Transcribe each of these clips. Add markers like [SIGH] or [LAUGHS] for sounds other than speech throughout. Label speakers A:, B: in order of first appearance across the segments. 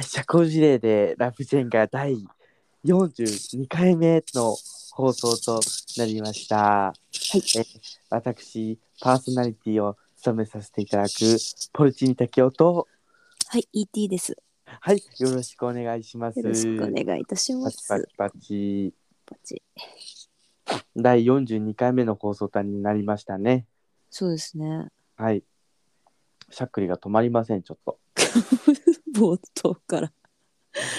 A: 社交辞令でラブジェンが第42回目の放送となりました。はい、え私、パーソナリティを務めさせていただくポルチーニタキオと、
B: はい、ET です。
A: はい、よろしくお願いします。
B: よろしくお願いいたしま
A: パチ
B: す。
A: パチパチ。
B: パチ
A: 第42回目の放送とになりましたね。
B: そうですね。 [LAUGHS]
A: はい。しゃっくりが止まりません、ちょっと。
B: 冒頭から。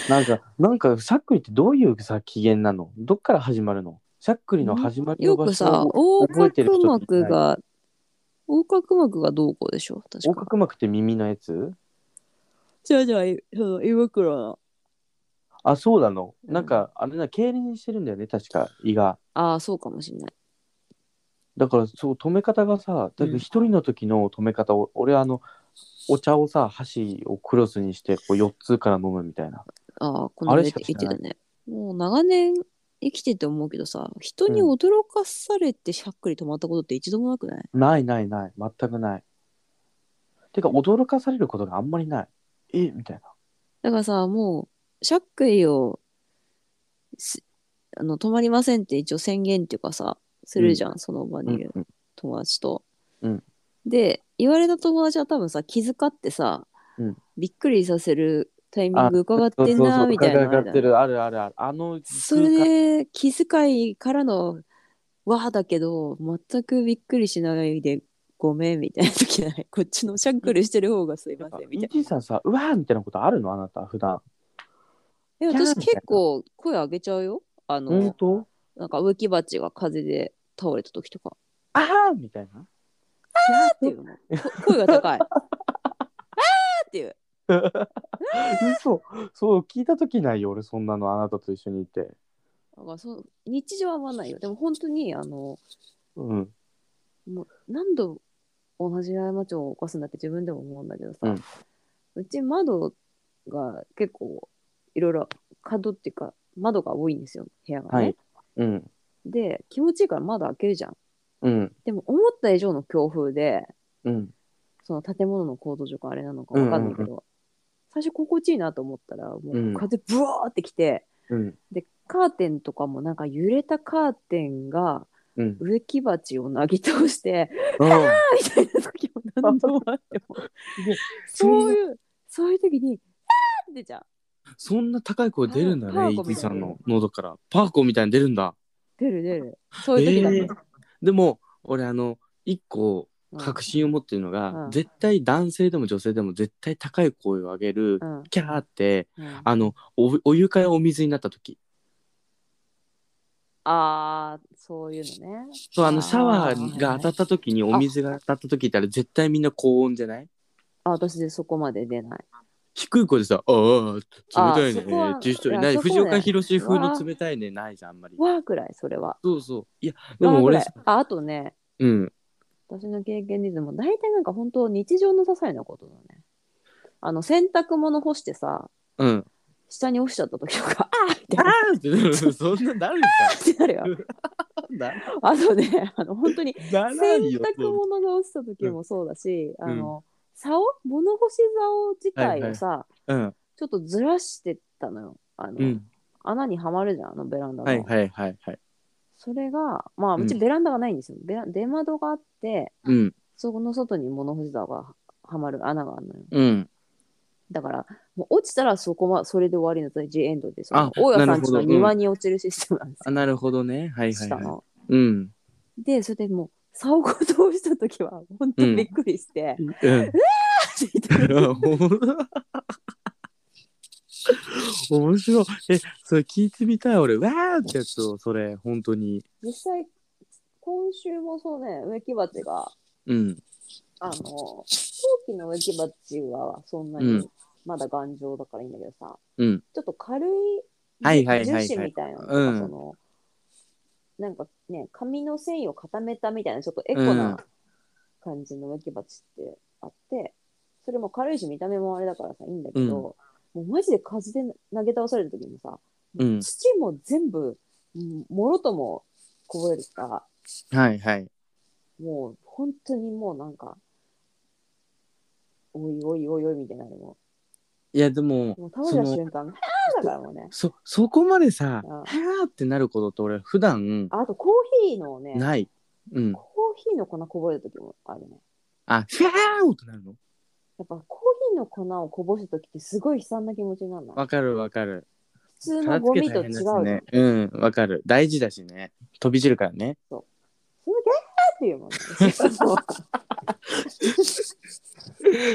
A: なんか、なんか、しゃっくりってどういうさ、機嫌なのどっから始まるのしゃっくりの始まりの
B: よ
A: 場
B: く
A: 所
B: さ、横
A: 覚えてる
B: 隔
A: 人ってい
B: 膜
A: ない
B: が、横隔膜がどうこうでしょ確
A: 横
B: か。
A: 隔膜って耳のやつ
B: じゃあじゃあ、いその胃袋の。
A: あそうなの
B: うん
A: なんかあれな痙攣してるんだよね確か胃が
B: ああ、そうかもしれない。
A: だからそう止め方がさだけ
B: う
A: ど
B: ん
A: 一人の時の止め方を、俺あのお茶をさ箸をクロスにしてこう4つから飲むみたいな
B: ああ、
A: あ
B: この
A: れ
B: 間
A: しか
B: 生
A: 知
B: きて
A: らな
B: た
A: い
B: ね。もう長年生きてて思うけどさ、人に
A: うん
B: 驚かされてしゃっくり止まったことって一度もなくない、
A: ないないない全くないてか驚かされることがあんまりないえみたいな
B: だからさ、もう、しゃっくりをす、あの、止まりませんって一応宣言っていうかさ、するじゃん、その場にいる
A: うん
B: 友達と。
A: うん
B: で、言われた友達は多分さ、気遣ってさ、
A: うん
B: びっくりさせるタイミン
A: あ
B: グ伺ってんなーみたいなのあ
A: 伺
B: る
A: っ
B: じゃ
A: て
B: ん。
A: るあるあるあるあの
B: それで、気遣いからの、わあだけど、全くびっくりしないで、ごめんみたいな時ない。 [LAUGHS] こっちのしゃっくりしてる方がすいませんみたいな
A: イ。ンジさんさうわーみたいなことあるのあなた普段
B: え、
A: キャー
B: 私
A: みたいな
B: 結構声上げちゃうよ。あの、
A: 本当
B: なんか植木鉢が風で倒れた時とか。
A: ああみたいな
B: あーっていうの。こ声が高い。あーっていう。
A: 嘘そう聞いた時ないよ俺そんなのあなたと一緒にいて
B: だからそう日常は合わないよ。でも本当に、あの、
A: うん
B: もう何度同じ過ちを犯すんだって自分でも思うんだけどさ、
A: う
B: うんち窓が結構いろいろ角っていうか窓が多いんですよ、部屋が
A: は
B: ね。
A: いうん
B: で、気持ちいいから窓開けるじゃん。
A: うん
B: でも思った以上の強風で、
A: うん
B: その建物の構造上かあれなのかわかんないけど、
A: うん
B: 最初心地いいなと思ったらも
A: うん
B: う風ブワーってきて、
A: うん
B: でカーテンとかもなんか揺れたカーテンが
A: [LAUGHS] うん
B: 植木鉢をなぎ倒して
A: うん
B: 「あーみたいな時も何
A: [LAUGHS]
B: 度もあってもそういうそういう時に「あーってじゃん
A: そんな高い声出るんだ
B: パ
A: ね
B: ー
A: イ
B: コ
A: キ
B: みた
A: さ
B: いなん
A: の喉からパーコみたいに出るんだ
B: 出る出るそういう時だけ、
A: えーでも俺あの一個
B: うん
A: 確信を持ってるのが、
B: うん
A: 絶対男性でも女性でも絶対高い声を上げる、
B: うん
A: キャーって
B: うん
A: あのおお湯からお水になった時
B: あーそういうのね
A: そうあの
B: あー
A: シャワーが当たった時にお水が当たった時ってあれ絶対みんな高音じゃない
B: あ私でそこまで出ない
A: 低い声でさ「ああ冷たい
B: あそこは
A: ね」っていう人い
B: い
A: ない
B: やそこ
A: 藤
B: はね
A: 岡弘風の冷たいねないじゃんあんまり
B: わーくらいそれは
A: そうそういやでも
B: わ
A: 俺
B: ーくらいああとね
A: うん
B: 私の経験で言うともう大体なんか本当日常の些細なことだね。あの洗濯物干してさ、
A: うん
B: 下に落ちちゃった時とか、 [LAUGHS] あーみ
A: あ
B: たいなっ
A: あってなる [LAUGHS] そんななる
B: てなるよ。
A: かな
B: あとね、あの本当に
A: な
B: 洗
A: らんよ
B: 濯物が落ちた時もそうだし、
A: ん
B: あの、竿物干し竿自体をさ、
A: うん
B: ちょっとずらしてったのよ。あの、
A: うん
B: 穴にはまるじゃん、あのベランダの。
A: はいはいはいはい
B: それが、まあ、うち
A: うん
B: ベランダがないんですよ。ベラ出窓があって、
A: うん
B: そこの外に物干し竿がはまる穴があるのよ。
A: うん
B: だから、もう落ちたらそこはそれで終わりの第一エンドです。そ
A: あ
B: の大家さんち
A: なるほ
B: の
A: ど
B: 庭に落ちるシステムなんです
A: あなるほどねはいはい
B: よ。下
A: はい
B: の。
A: うん
B: で、それでもう、竿ごと落ちたときは、本当にびっくりして、
A: うん
B: って言って
A: [LAUGHS] 面白いえそれ聞いてみたい俺わーってやつをそれ本当に
B: 実際、今週もそうね、植木鉢が、
A: うん
B: あの、陶器の植木鉢はそんな
A: う
B: に
A: ん、
B: まだ頑丈だからいいんだけどさ、
A: うん
B: ちょっと軽い
A: はいはいはいはい
B: 樹脂みたいなのとか、
A: うん
B: その、なんかね、紙の繊維を固めたみたいな、ちょっとエコ
A: うん
B: な感じの植木鉢ってあって、それも軽いし、見た目もあれだからさ、いいんだけど、もうマジで風で投げ倒された時もさ、
A: うん
B: 土も全部、うんもろともこぼれるから、
A: はいはい
B: もう本当にもうなんか、おいおいおいおいみたいなのも
A: いやでも
B: もう倒れた瞬間、はーだからもうね。
A: そそこまでさ
B: うん
A: はあってなることって俺普段
B: ああとコーヒーのね、
A: ないうん
B: コーヒーの粉こぼれた時もあるね。
A: あフィャーってなるの
B: やっぱコーヒーの粉をこぼした時ってすごい悲惨な気持ちになるな
A: わかるわかる
B: 普通のゴミと違うじゃん。
A: ねうんわかる大事だしね飛び散るからね [LAUGHS]
B: そのギャーっていうもんね。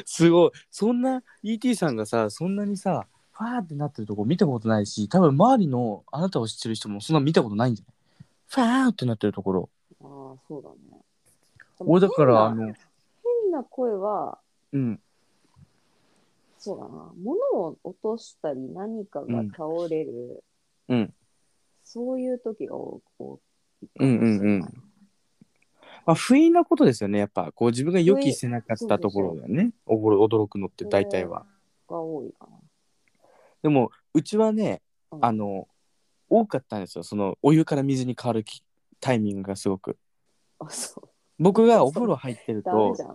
A: すごいそんな ET さんがさそんなにさファーってなってるとこ見たことないし多分周りのあなたを知ってる人もそんな見たことないんじゃないファーってなってるところ
B: ああ、そうだね。
A: 俺だからあ
B: 変な
A: の
B: 変な声は、
A: うん
B: そうだな。物を落としたり、何かが倒れる、
A: うんうん
B: そういう時が多多いか
A: う
B: も
A: んう
B: しれない。
A: んうんまあ不意なことですよねやっぱこう自分が予期してなかったところだよねおぼろ驚くのって大体は、
B: が多いかな。
A: でもうちはね
B: うん
A: あの多かったんですよそのお湯から水に変わるきタイミングがすごく
B: あ、そう。
A: 僕がお風呂入ってる
B: ダメ
A: と
B: じゃ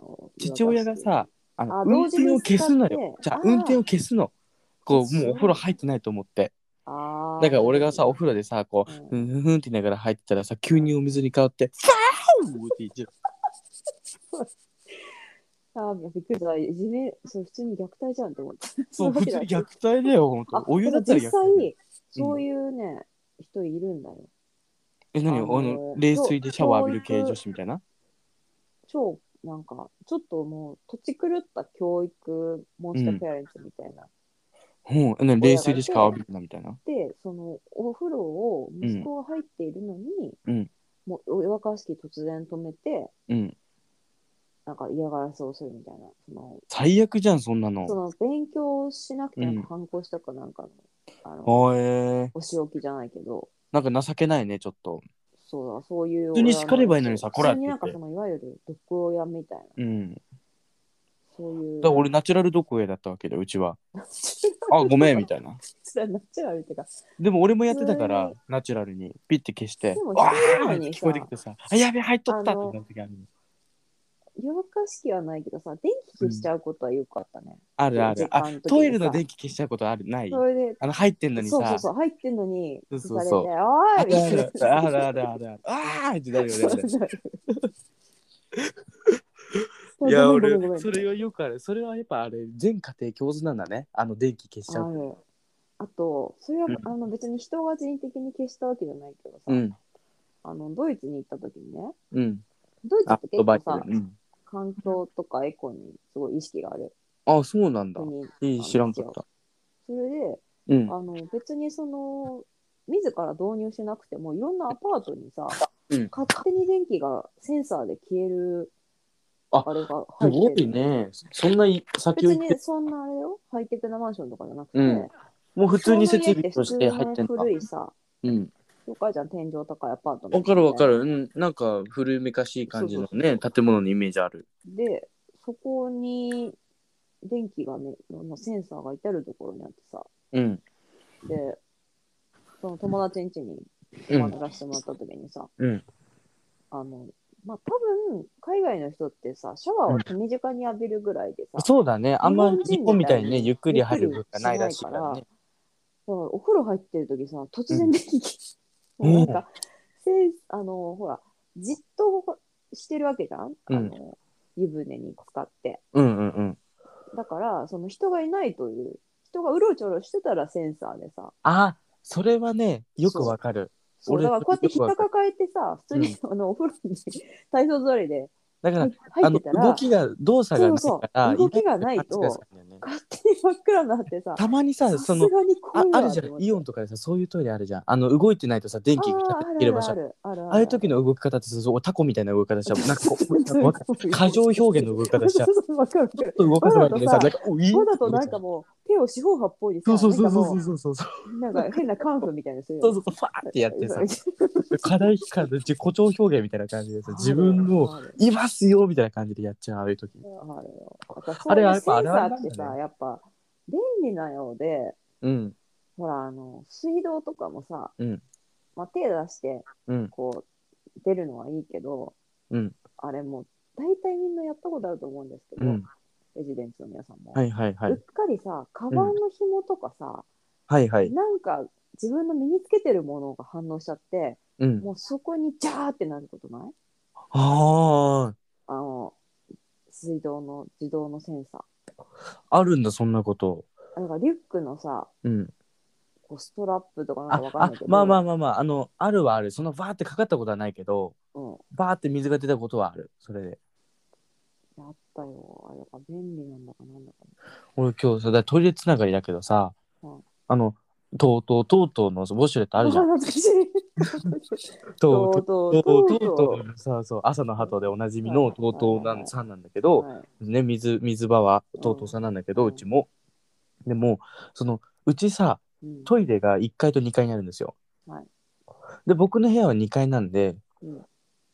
B: ん。
A: 父親がさあの
B: あ
A: 運
B: 同時
A: 転を
B: に使って
A: 消すのよじゃあ
B: あー
A: 運転を消すのこう
B: そう
A: もうお風呂入ってないと思って
B: あー、
A: だから俺がさお風呂でさこう
B: う
A: ふ
B: ん
A: んふんふんって言いながら入ってたらさ急にお水に変わって「ファー!」って言っ
B: [LAUGHS]
A: ちゃう
B: あーびっくりした。いじめ、そう、普通に虐待じゃんって思った。
A: そう普通に虐
B: 待。
A: 待だよ本当
B: あ、
A: お湯だったら
B: 実
A: 虐待
B: 際、そういうね、人いるんだよ。
A: え何あ
B: あ
A: の
B: の
A: 冷水でシャワー浴びる系女子みたいな
B: 超、なんか、ちょっともう、土地狂った教育、モンスターペアレンツみたいな。
A: うんあの冷水でしか浴びるなみたいな
B: で、その、お風呂を、息子が入っているのに、
A: うん
B: もう、お湯沸かすき突然止めて、
A: うん
B: なんか嫌がらせをするみたいな。その、
A: 最悪じゃんそんなの
B: その勉強しなくて、なん
A: うん
B: か反抗したかなんかの、あの、
A: おえー
B: お仕置きじゃないけど、
A: なんか情けないねちょっと
B: そうだ、そういう。
A: 普通に叱ればいいのにさこらって
B: 普通に
A: 言
B: な
A: っ
B: ん
A: て
B: かその、いわゆる毒親みたいな、
A: うんだか
B: そういう。
A: ら俺ナチュラルどこへだったわけでうちはあごめんみたいな
B: それはナチュラルっていうか、
A: でも俺もやってたからナチュラルにピッて消して
B: でも
A: 「わ
B: そうな
A: ー!」っ
B: の
A: て
B: に
A: 聞
B: さ
A: こえてきてさ「あやべえ入っとった!」って
B: あの
A: なる時あるの
B: 夜明かし器はないけどさ、電気消しちゃうことはよかったね。
A: あるあるあ
B: 時間の時にさ
A: トイレの電気消しちゃうことあるない
B: それで、
A: あの入ってんのに
B: そうそ
A: さ
B: うそう、入ってんのに、
A: そう
B: 消
A: そう
B: されて、
A: そうあ
B: おいみ
A: る
B: た
A: あ
B: い
A: るあ
B: な
A: るあるあるあるあーってなるよねあ
B: [LAUGHS]
A: れいや
B: ごめ
A: 俺
B: んごめんごめん
A: それはよくあるそれはやっぱあれ全家庭共通なんだねあの電気消しちゃ
B: あ
A: う
B: るあと、それは、
A: うん
B: あの別に人が人的に消したわけじゃないけどさ、
A: うん
B: あのドイツに行った時にね、
A: うん
B: ドイツ
A: あ
B: って結構
A: ド
B: さ
A: バ、イでうん
B: 環境とかエコにすごい意識がある
A: あそうなんだ
B: 国。
A: いい知らんかった
B: それで、
A: うん
B: あの別にその自ら導入しなくてもいろんなアパートにさ、
A: うん
B: 勝手に電気がセンサーで消える
A: あ
B: あれが
A: す
B: 入
A: ご
B: って
A: い
B: る、
A: ねそんなに先を
B: 別
A: 行って
B: にそんなあれよハイテクなマンションとかじゃなくて、
A: うんもう普通に設備として入ってん
B: 普通の
A: だ
B: 古いさ
A: うん
B: お母ちゃん天井高いアパート
A: わかるわかるうんなんか古めかしい感じの
B: そうそ
A: ね
B: うそ
A: 建物のイメージある
B: でそこに電気がねのセンサーが至るところにあってさ
A: うん
B: でその友達ん家に
A: う
B: 泊
A: ん
B: まらせてもらった時にさ、
A: うん
B: あのまあ多分海外の人ってさシャワーを手短に浴びるぐらいでさ、
A: そうだねあんまり日
B: 日
A: 本
B: 本
A: み
B: み
A: た
B: た
A: い
B: い
A: に
B: に
A: ねゆっくり入る文化ないらしいからね
B: ゆっだからお風呂入ってる時さ突然電気、
A: うん
B: もうなんかせいあのほらじっとしてるわけじゃん、あの湯船に使って
A: うんうんうん
B: だからその人がいないという人がうろちょろしてたらセンサーでさ
A: あそれはねよくわかる
B: そう
A: 俺
B: だからこうやってひっかかえてさ普通に、あのお風呂に [LAUGHS] 体操座りで
A: だから
B: 入
A: あ
B: っ
A: の
B: てたら
A: 動きが動作がない
B: そうそう
A: から
B: 動きがないと
A: イライラするんだよね
B: 勝手に真っ暗になってさ
A: たまにさ
B: さす
A: そ
B: が
A: の
B: に
A: あ
B: 怖い
A: あ
B: わ
A: るじゃ
B: と思っ
A: ん
B: て
A: イオンとかでさそういうトイレあるじゃんあの動いてないとさ電気が
B: あー
A: 入る場所
B: あるあるあるる
A: ああいう時の動き方ってそうタコみたいな動き方しちゃう
B: [LAUGHS]
A: なんかこうなんかわか過剰表現の動き方しちゃう
B: そうそうわかるわ
A: ち
B: か
A: ょっ
B: る
A: と動かさないでさ
B: わ
A: な
B: ざ
A: んかおい
B: わざとなんかもう手を四方八方にさ
A: そうそうそう
B: なんか
A: そ
B: も
A: うそうそうそう
B: うなんか変なカンフーみたいなする
A: そうそうそうファーってやってさ課題期間で誇張表現みたいな感じでさ自分の
B: ある
A: いますよみたいな感じでやっちゃうああいう時
B: あるよだから
A: あれはやっ
B: そ
A: ぱ
B: うい
A: あ
B: う
A: るあるなんだ
B: センサーっ
A: ね
B: てさやっぱ便利なようで
A: うん
B: ほらあの水道とかもさ、
A: うん
B: まあ、手出して
A: うん
B: こう出るのはいいけど、
A: うん
B: あれもう大体みんなやったことあると思うんですけ
A: う
B: ど、
A: ん
C: レジデンツの皆さんも、
A: はいはいは
C: うっ
A: い。
C: かりさカバンの紐とかさ、
A: はいはい。
C: なんか自分の身につけてるものが反応しちゃって
A: うん。
C: もうそこにジャーってなることない
A: あ
C: あの水道の自動のセンサ
A: あ、あるんだ、そんなこと。
C: ーなんかリュックのさ
A: うん。
C: こうストラップとかなん
A: あ
C: かわかん
A: あ
C: ないけど
A: まあまあまあまあ、あの、あるはある。そのバーってかかったことはないけど、
C: うん、
A: バーって水が出たことはある。それで。
C: やったよあれが便利なんだかなんだか
A: 俺今日さ、だからトイレつながりだけどさ
C: うん、
A: あの、とうとうとうとうのウォシュレットあるじゃん。
C: 懐かしい
A: と
C: [LAUGHS] と
A: うと
C: うとう
A: うとうとう
C: とう
A: とうそうそう朝の鳩でおなじみの
C: はい
A: とうとうなんさんなんだけど、
C: はい
A: ね、水水場はとうとうさんなんだけど、
C: う
A: うんちもでもそのうちさ
C: うん
A: トイレが1階と2階にあるんですよ、
C: はい
A: で僕の部屋は2階なんで
C: うん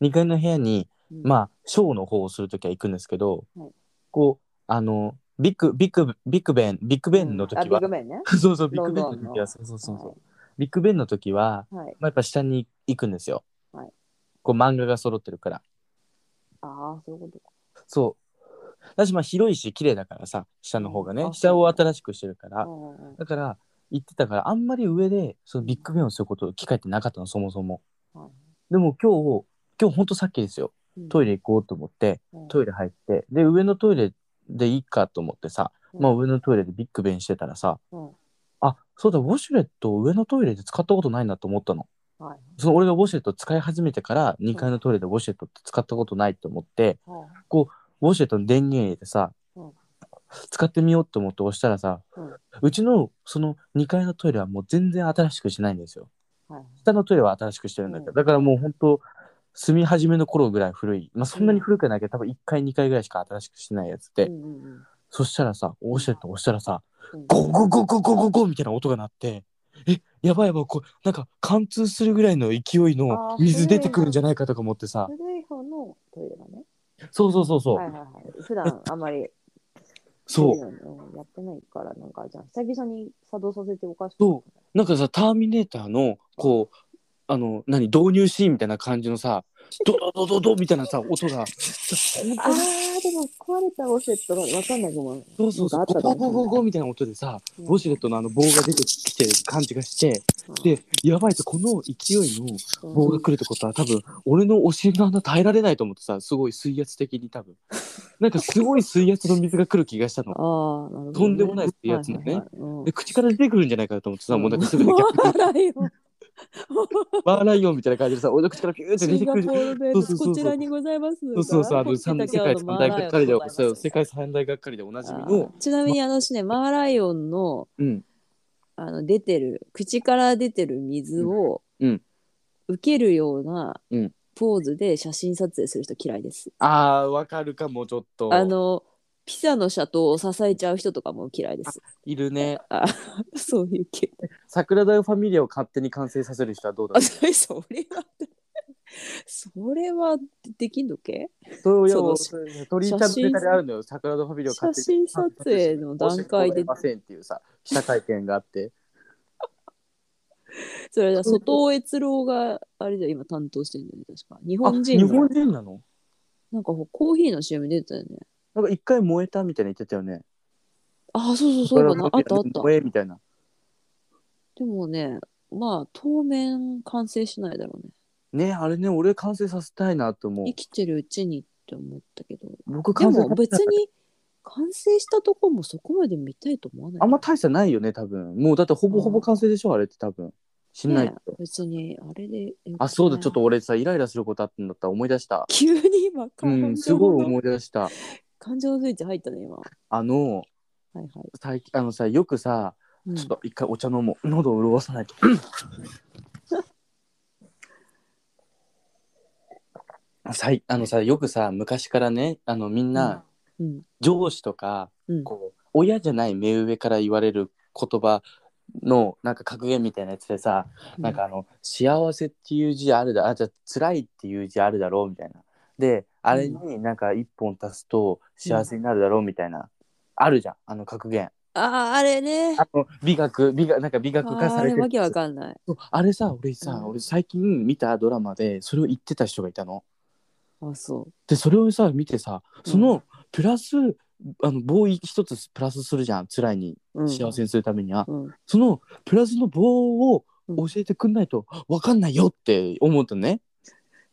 A: 2階の部屋に
C: うん
A: まあショーの方をするときは行くんですけど、
C: はい
A: こうあのビッグビッグビッグベンビッグベンの時
C: うんあ
A: は、
C: ビッグベンね
A: [LAUGHS] そうそうビッグベンの
C: ロン
A: 時
C: ドンの
A: はそうそうそうそう、ビッグベンの時は
C: はい、はい、
A: まあ、やっぱ下に行くんですよ。
C: はい
A: こう漫画が揃ってるから。
C: ああそういうことか
A: そう。だしまあ広いし綺麗だからさ下の方がね
C: うんあ
A: 下を新しくしてるか
C: う
A: ら
C: んうんうん
A: だから行ってたからあんまり上でそのビッグベンをすること機会ってなかったのそもそも
C: はい
A: でも今日今日ほんとさっきですよ
C: うん
A: トイレ行こうと思って
C: うん
A: トイレ入ってで上のトイレでいいかと思ってさ、
C: うん
A: まあ上のトイレでビッグベンしてたらさ、
C: うん
A: あそうだウォシュレットを上のトイレで使ったことないなと思ったの
C: はい
A: その俺がウォシュレットを使い始めてから2階のトイレでウォシュレットって使ったことないと思って
C: は
A: ウォシュレットの電源入れてさ、
C: うん
A: 使ってみようと思って押したらさ、
C: う
A: うんちのその2階のトイレはもう全然新しくしてないんですよ
C: あはい
A: 下のトイレは新しくしてるんだけど、
C: うん
A: だからもう本当住み始めの頃ぐらい古いまあそんなに古くはないけど多分1階2階ぐらいしか新しくしてないやつで、
C: うんうんうん
A: そしたらさウォシュレット押したらさ
C: うん
A: ゴゴゴゴゴゴゴみたいな音が鳴ってえやばいやばいこうなんか貫通するぐらいの勢
C: あ
A: いの
C: ー
A: 水出てくるんじゃないかとか思ってさ
C: 古い方のトイレがね
A: そうそうそうそう、
C: はいはいはい普段あんまり
A: そう
C: そういうのうんやってないからなんかじゃあ久々に作動させておかしく
A: そうなんかさターミネーターのこうあの何導入シーンみたいな感じのさドドドドドみたいなさ音が本
C: あ
A: 当に
C: あでも壊れたウォシュレットがわかんないと思う
A: そうそうそう
C: なんかあ
A: ゴ
C: ったか
A: ゴ
C: も
A: ゴゴゴみたいな音でさウォシュレットのあの棒が出てきてる感じがして
C: うん
A: でやばいとこの勢いの
C: うん
A: 棒が来るってことは多分俺のお尻の穴耐えられないと思ってさすごい水圧的に多分なんかすごい水圧の水が来る気がしたの
C: ああ、なるほど、
A: とんでもないってやつのね
C: はいはいはい。
A: で口から出てくるんじゃないかなと思ってさ、もうなんかすぐに
B: 笑いを
A: バーライオンみたいな感じでさ俺の口からピューって
B: シ
A: 出
B: ン
A: て
B: ガ
A: く
B: ポ
A: る
B: ールベー
A: そう
B: ス
A: そうそうそう
B: こちらにございます
A: そうそうそうあの三世界三大がっかりでそう世界
B: 界
A: 三大がっかりでおなじみの
B: ちなみにあのしねマーライオンの
A: うん
B: あの出てる口から出てる水を
A: うんうん
B: 受けるような
A: うん
B: ポーズで写真撮影する人嫌いです。
A: あーわかるかもちょっと
B: あのピサの斜塔を支えちゃう人とかも嫌いです。
A: いるね
B: あそういう系。
A: 桜田ファミリアを勝手に完成させる人はどうだ
B: あ
A: ろ
B: それそれはそれはできんのけ
A: うそう
B: [LAUGHS] その
A: そういう鳥居ちゃんのネタであるのよ桜田ファミリアを勝
B: 写
A: 手に
B: 真撮影の段階で
A: 出ませんっていう
B: [LAUGHS]
A: さ記者会見があって
B: それは外尾悦郎があれだよ今担当してるんだよね確か日
A: あ
B: 本人
A: 日
B: の
A: 本人なの
B: なんかほコーヒーの CM 出てたよね
A: なんか一回燃えたみたいに言ってたよね。
B: あそうそうそうかなあったあった
A: 燃えみたいな。
B: でもねまあ当面完成しないだろうね
A: ねあれね俺完成させたいなと思う
B: 生。きてるうちにって思ったけど
A: 僕
B: で
A: 完成
B: も別に完成したとこもそこまで見たいと思わない
A: あんま大差ないよね多分。もうだってほぼほぼ完成でしょ、あれって多分。しない
B: ね
A: と。
B: 別にあれで
A: あそうだちょっと俺さイライラすることあったんだったら思い出した。
B: 急に今
A: う
B: 感情の、
A: んすごい思い出した。
B: 感情のスイッチ入ったね今は
A: あの
B: いはい、
A: 最近あのさよくさ
B: うん
A: ちょっと一回お茶飲もう。喉を潤さないと。 [LAUGHS] さいあのさよくさ昔からねあのみんな、
B: うん
A: 上司とか
B: うん
A: こう親じゃない目上から言われる言葉のなんか格言みたいなやつでさ、なんかあの「幸せ」っていう字あるだあじゃあ辛いっていう字あるだろうみたいなであれになんか一本足すと幸せになるだろうみたいな、あるじゃんあの格言
B: あああれね
A: あの美学美学なんか美
B: あ
A: 学化
B: ー
A: さ
B: あ
A: れ
B: れ
A: てる
B: わけわかんない
A: そうあれさ俺さ、
B: うん
A: 俺最近見たドラマでそれを言ってた人がいたの
B: あそう
A: でそれをさ見てさそのプラスあの棒一つプラスするじゃん辛いに
D: うん
A: 幸せにするためには、
D: うん
A: そのプラスの棒を教えてくんないと分かんないよって思ったね。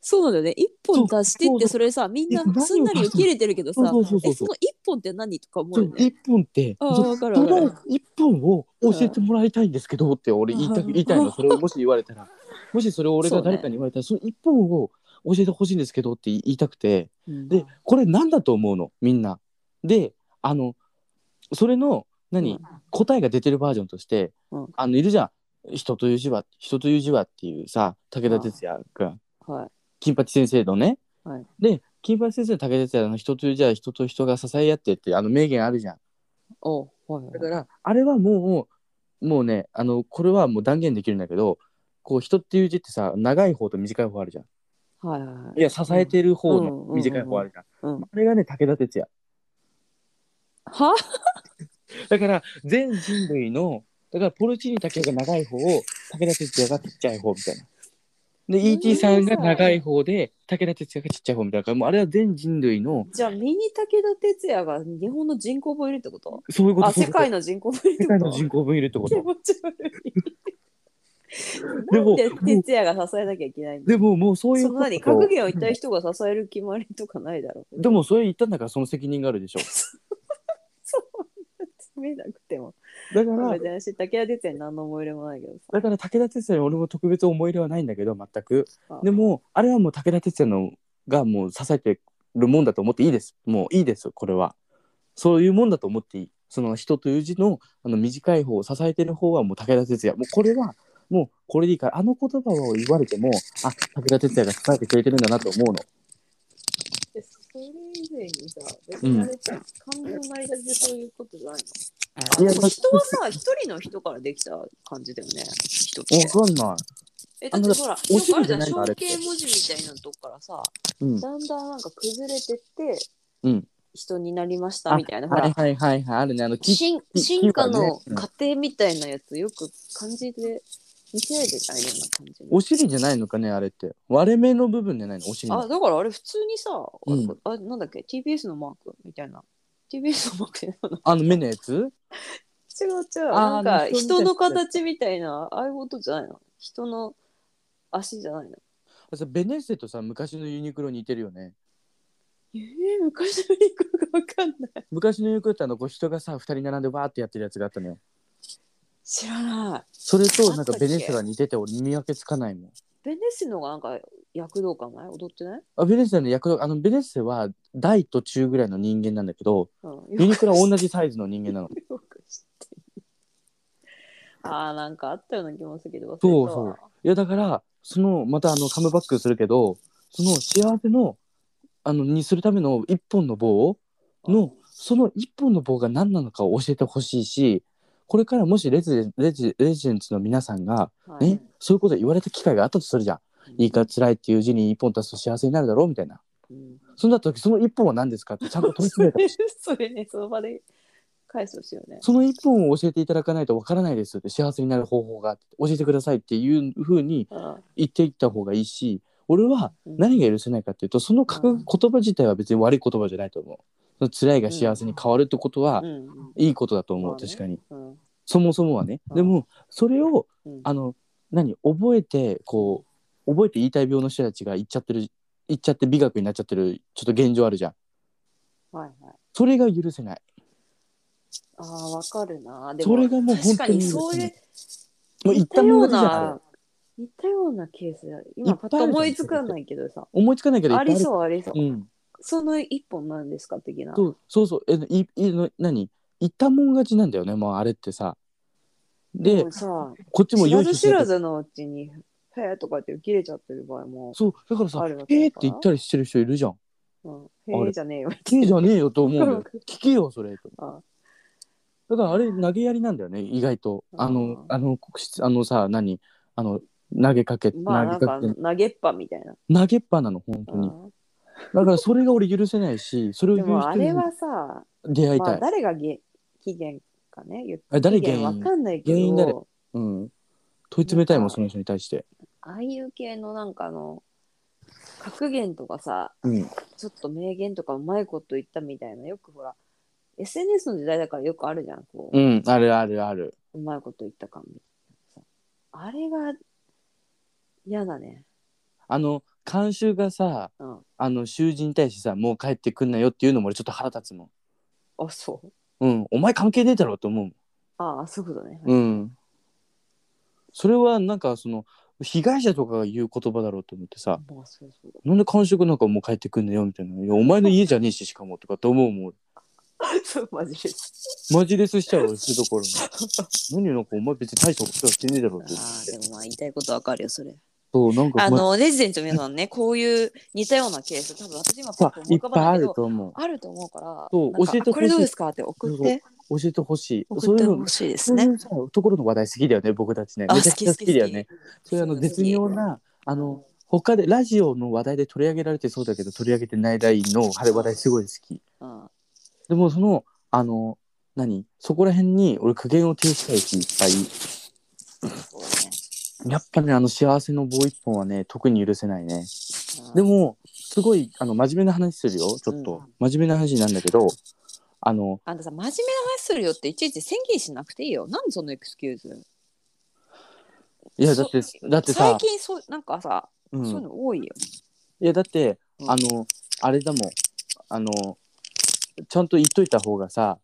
D: そうなんだよね一本出して
A: そ
D: っ
A: うそ
D: て
A: う
D: それさみんな
A: え何を
D: すんなり受け入れてるけど
A: そう
D: さ
A: そうそうそ
D: え
A: う
D: そ
A: そう
D: の一本って何とか思
A: そうう
D: よね
A: 一本って
D: ああ
A: そ
D: わかる
A: そ
D: わかる
A: の一本を教えてもらいたいんですけどって俺言いた
D: うん
A: く言いたいのそれをもし言われ
D: [LAUGHS]
A: たらもしそれを俺が誰かに言われたらそ,、の一本を教えてほしいんですけどって言いたくて
D: うん
A: でこれ何だと思うのみんな。であのそれの何、
D: うん
A: 答えが出てるバージョンとして、
D: うん
A: あのいるじゃん「人という字は人という字は」っていうさ武田鉄矢が
D: はい
A: 金八先生のね、
D: はい
A: で金八先生の武田鉄矢の「人という字は人と人が支え合って」ってあの名言あるじゃん。
D: おはいはい
A: だからあれはもうもうねあのこれはもう断言できるんだけどこう人っていう字ってさ長い方と短い方あるじゃん。
D: はいはいはい
A: いや支えてる方の
D: うん
A: 短い方あるじゃん。
D: うんうん
A: あれがね武田鉄矢。
D: は
A: だから全人類のだからポルチーニ竹が長い方を武田鉄矢がちっちゃい方みたいな。で E.T. さんが長い方で武田鉄矢がちっちゃい方みたいなだからもうあれは全人類の
B: じゃあ、ミニ武田鉄矢が日本の人口分いるってこと
A: そういうこと
B: あ、
A: そうい
B: 世
A: うこと
B: 界の人口分い
A: 世
B: るって
A: 界
B: こと
A: の人口分い
D: [LAUGHS]
A: るってこ
B: 気
A: と。
B: 持ち悪
A: でも
B: い。なんで徹也が支えなきゃいけないんだ
A: でももうそういう
B: そ
A: こ
B: の
A: と
B: 何格言を言った人が支える決まりとかないだろう。
A: でもそれ言ったんだからその責任があるでしょ。
B: そう詰めなくても。
D: [LAUGHS]
A: だか
B: 別
A: ら
B: に私、武田鉄矢に何の思い入れもないけどさ。
A: だから武田鉄矢に俺も特別思い入れはないんだけど全く
B: あ
A: でもあれはもう武田鉄矢のがもう支えてるもんだと思っていいですもういいですこれはそういうもんだと思っていいその人という字のあの短い方を支えてる方はもう武田鉄矢もうこれはもうこれでいいからあの言葉を言われてもあ武田鉄矢が支えてくれてるんだなと思うの
B: でそれ以前にさ、別にあれって感情の間でそういうことじゃない
A: い
B: の、
A: や
B: でも人はさ、一人の人からできた感じだよね、人って。
A: わかんない
B: え、だっ
A: あ
B: て
A: の
B: ほら、
A: 落ち
B: よ
A: るん
B: くある
A: じ
B: じゃ
A: ゃ
B: ん、
A: ないのあれ
B: 象
A: って
B: 形文字みたいなとこからさ、
A: うん
B: だんだんなんか崩れてって、
A: うん
B: 人になりました
A: あ
B: みたいな、ほ
A: はい
B: ら、
A: はいはいはいあるねあのき
B: 進
A: き
B: 進化
A: きゅう
B: の
A: からねうん
B: 過程みたいなやつ、よく漢字で見せられてたような感じの
A: お尻じゃないのかねあれって割れ目の部分じゃないのお尻の
B: あ、だからあれ普通にさ、
A: うん
B: あ、なんだっけ、TBS のマークみたいな。TBS のマークってなんだ
A: あの目のやつ
B: 違う違う。な
A: あー
B: んか
A: 人
B: 人
A: の
B: の
A: 形
B: 形みたいな、ああいうことじゃないの人の足じゃないの
A: さベネッセとさ昔のユニクロ似てるよね
B: えー、昔のリンクがわかんない。
A: 昔のユニクロってあのこう人がさ2人並んでわーってやってるやつがあったのよ
B: 知らない。
A: それとなんか
B: あったっけ
A: ベネッセが似てて俺見分けつかないもん
B: ベネッセの方がなんか躍動感ない踊ってない
A: あベネッセの役どあのベネッセは大と中ぐらいの人間なんだけど
B: [LAUGHS] うん。
A: ユ
B: よ
A: ニクロは同じサイズの人間なの
B: くよく知ってる。 [LAUGHS] ああ、なんかあったような気もするけど忘れた
A: そう
B: わ
A: そういやだからそのまたあのカムバックするけどその幸せのあのにするための一本の棒をのその一本の棒が何なのかを教えてほしいしこれからもしレジレジレジェンツの皆さんが
B: はい
A: ね、そういうこと言われた機会があったとするじゃん。いいから辛いっていう字に一本足すと幸せになるだろうみたいな。
B: うん
A: そんな時その一本は何ですかってちゃんと問い
B: そ
A: 詰め
B: れ [LAUGHS]
A: た。
B: それね、その場で返してほしいよね。
A: その一本を教えていただかないとわからないですって幸せになる方法が教えてくださいっていうふうに
B: うん
A: 言っていった方がいいし俺は
B: うん
A: 何が許せないかっていうとその書く言葉自体は別に悪い言葉じゃないと思う。その辛いが幸せに変わるってことは
B: うん
A: いいことだと思う
B: まあね
A: 確かに。
B: うん
A: そもそもはね。
B: うん
A: でもそれを
B: うん
A: あの何覚えてこう覚えて言いたい病の人たちが言っちゃってる言っちゃって美学になっちゃってるちょっと現状あるじゃん
B: はいはい。
A: それが許せない
B: ああ、わかるな。でも
A: それがもう本当
B: 確か
A: に
B: にそういう
A: もう言
B: 似
A: ったたも
B: よ
A: の
B: う
A: じゃん
B: な、似たようなケース
A: い
B: だ。
A: っ
B: 今
A: ぱ
B: パ
A: いあるじゃ
B: ッと
A: ん
B: 思いつかないけどさ。
A: 思いつかないけど
B: あり
A: う
B: そうありそう。
A: うん、
B: その一本なんですか的な。
A: そうそうそうえいいの何言ったもん勝ちなんだよねもうあれってさで
B: もうさ、
A: こっちも
B: 知
A: よ
B: ら
A: い
B: ず
A: し
B: 知
A: ょ
B: らずのうちに、へえとかって切れちゃってる場合も、
A: そうだからさ
B: ある
A: 「
B: わけ
A: えー」っ
B: だから
A: て言ったりしてる人いるじゃん
B: うん、へえじゃねえ
A: 「
B: よ。 [LAUGHS]
A: いいじゃねえよ」と思うんだよ聞けよそれと
B: あ
A: だからあれ投げやりなんだよね意外とあのあのあのさ何あの投げかけ、
B: まあな
A: 投
B: ん
A: げか
B: か
A: け
B: 投げっぱみたいな。
A: 投げっぱなの本当
B: う
A: に
B: ん
A: だからそれが俺許せないしそれを
B: で
A: 言う
B: も
A: 人
B: あ
A: に
B: れはさ、
A: 出会い
B: ま
A: た
B: あ
A: い、
B: 誰がげ起源かね言っ
A: あ誰
B: 起
A: 原
B: 源わ
A: 因
B: かんないけ
A: 原因誰
B: ど、
A: うん問い詰めたいも
B: なん
A: ん
B: か
A: その人に対して
B: ああいう系のなんかあの、格言とかさ、
A: うん
B: ちょっと名言とかうまいこと言ったみたいなよくほら
C: SNS の時代だからよくあるじゃん。こう、
A: うん、あるあるある。
C: うまいこと言った感みたいなさ。あれが嫌だね。
A: あの、監修がさ、
C: うん。
A: あの、囚人に対してさ、もう帰ってくんなよっていうのも俺ちょっと腹立つもん。
C: あ、そう。
A: うん、お前関係ねえだろと思うもん。
C: ああ、そういうことね。
A: うん。それはなんかその、被害者とかが言う言葉だろうと思ってさ、
C: まあ、そう
B: [LAUGHS]
C: そうだ。
A: なんで監修がなんかもう帰ってくんねよみたいな。いや、お前の家じゃねえし、しかもとかって思うもん俺。
C: そう、マジです。
A: マジレスしちゃう俺、そういうところ [LAUGHS] に。何なんかお前別に大したことはしてねえだろう
B: あ
A: って。
B: ーでもまあ言いたいことわかるよそれ。
A: そう、なんか、
B: あのレジデントの皆さんねこういう似たようなケース多分私今
A: ま
B: こ
A: あ
B: こ
A: い
B: 思
A: っ
B: い浮か
A: ぱい
B: ばな
A: あ
B: いけ
A: る
B: ど
A: と思
B: あると思うから
A: そう
B: なんか
A: 教えてほしい
B: あこれどうですかって送って
A: う。教えてほしい。
B: 送
A: そうい
B: って
A: うの
B: ほ、しいです
A: そうい
B: ね。
A: うさところの話題好きだよね、僕たちね。
B: あ
A: めちゃくちゃ好きだよね。
B: 好
A: そういうあの
B: そう好き
A: 絶妙な、あの、他でラジオの話題で取り上げられてそうだけど取り上げてないラインのあれ話題すごい好き。
B: うん
A: でもそのあの何そこら辺に俺苦言を呈したいしいっぱい。
B: そうね
A: やっぱねあの幸せの棒一本はね特に許せないね。
B: うん
A: でもすごいあの真面目な話するよちょっと、真面目な話なんだけどあの
B: あんたさ真面目な話するよっていちいち宣言しなくていいよ。なんでそのエクスキューズ
A: いやだって
B: そ
A: だって
B: 最
A: さ、
B: 近そうなんかさ、
A: うん、
B: そういうの多いよ。
A: いやだって、
B: うん
A: あのあれだもんあのちゃんと言っといた方がさ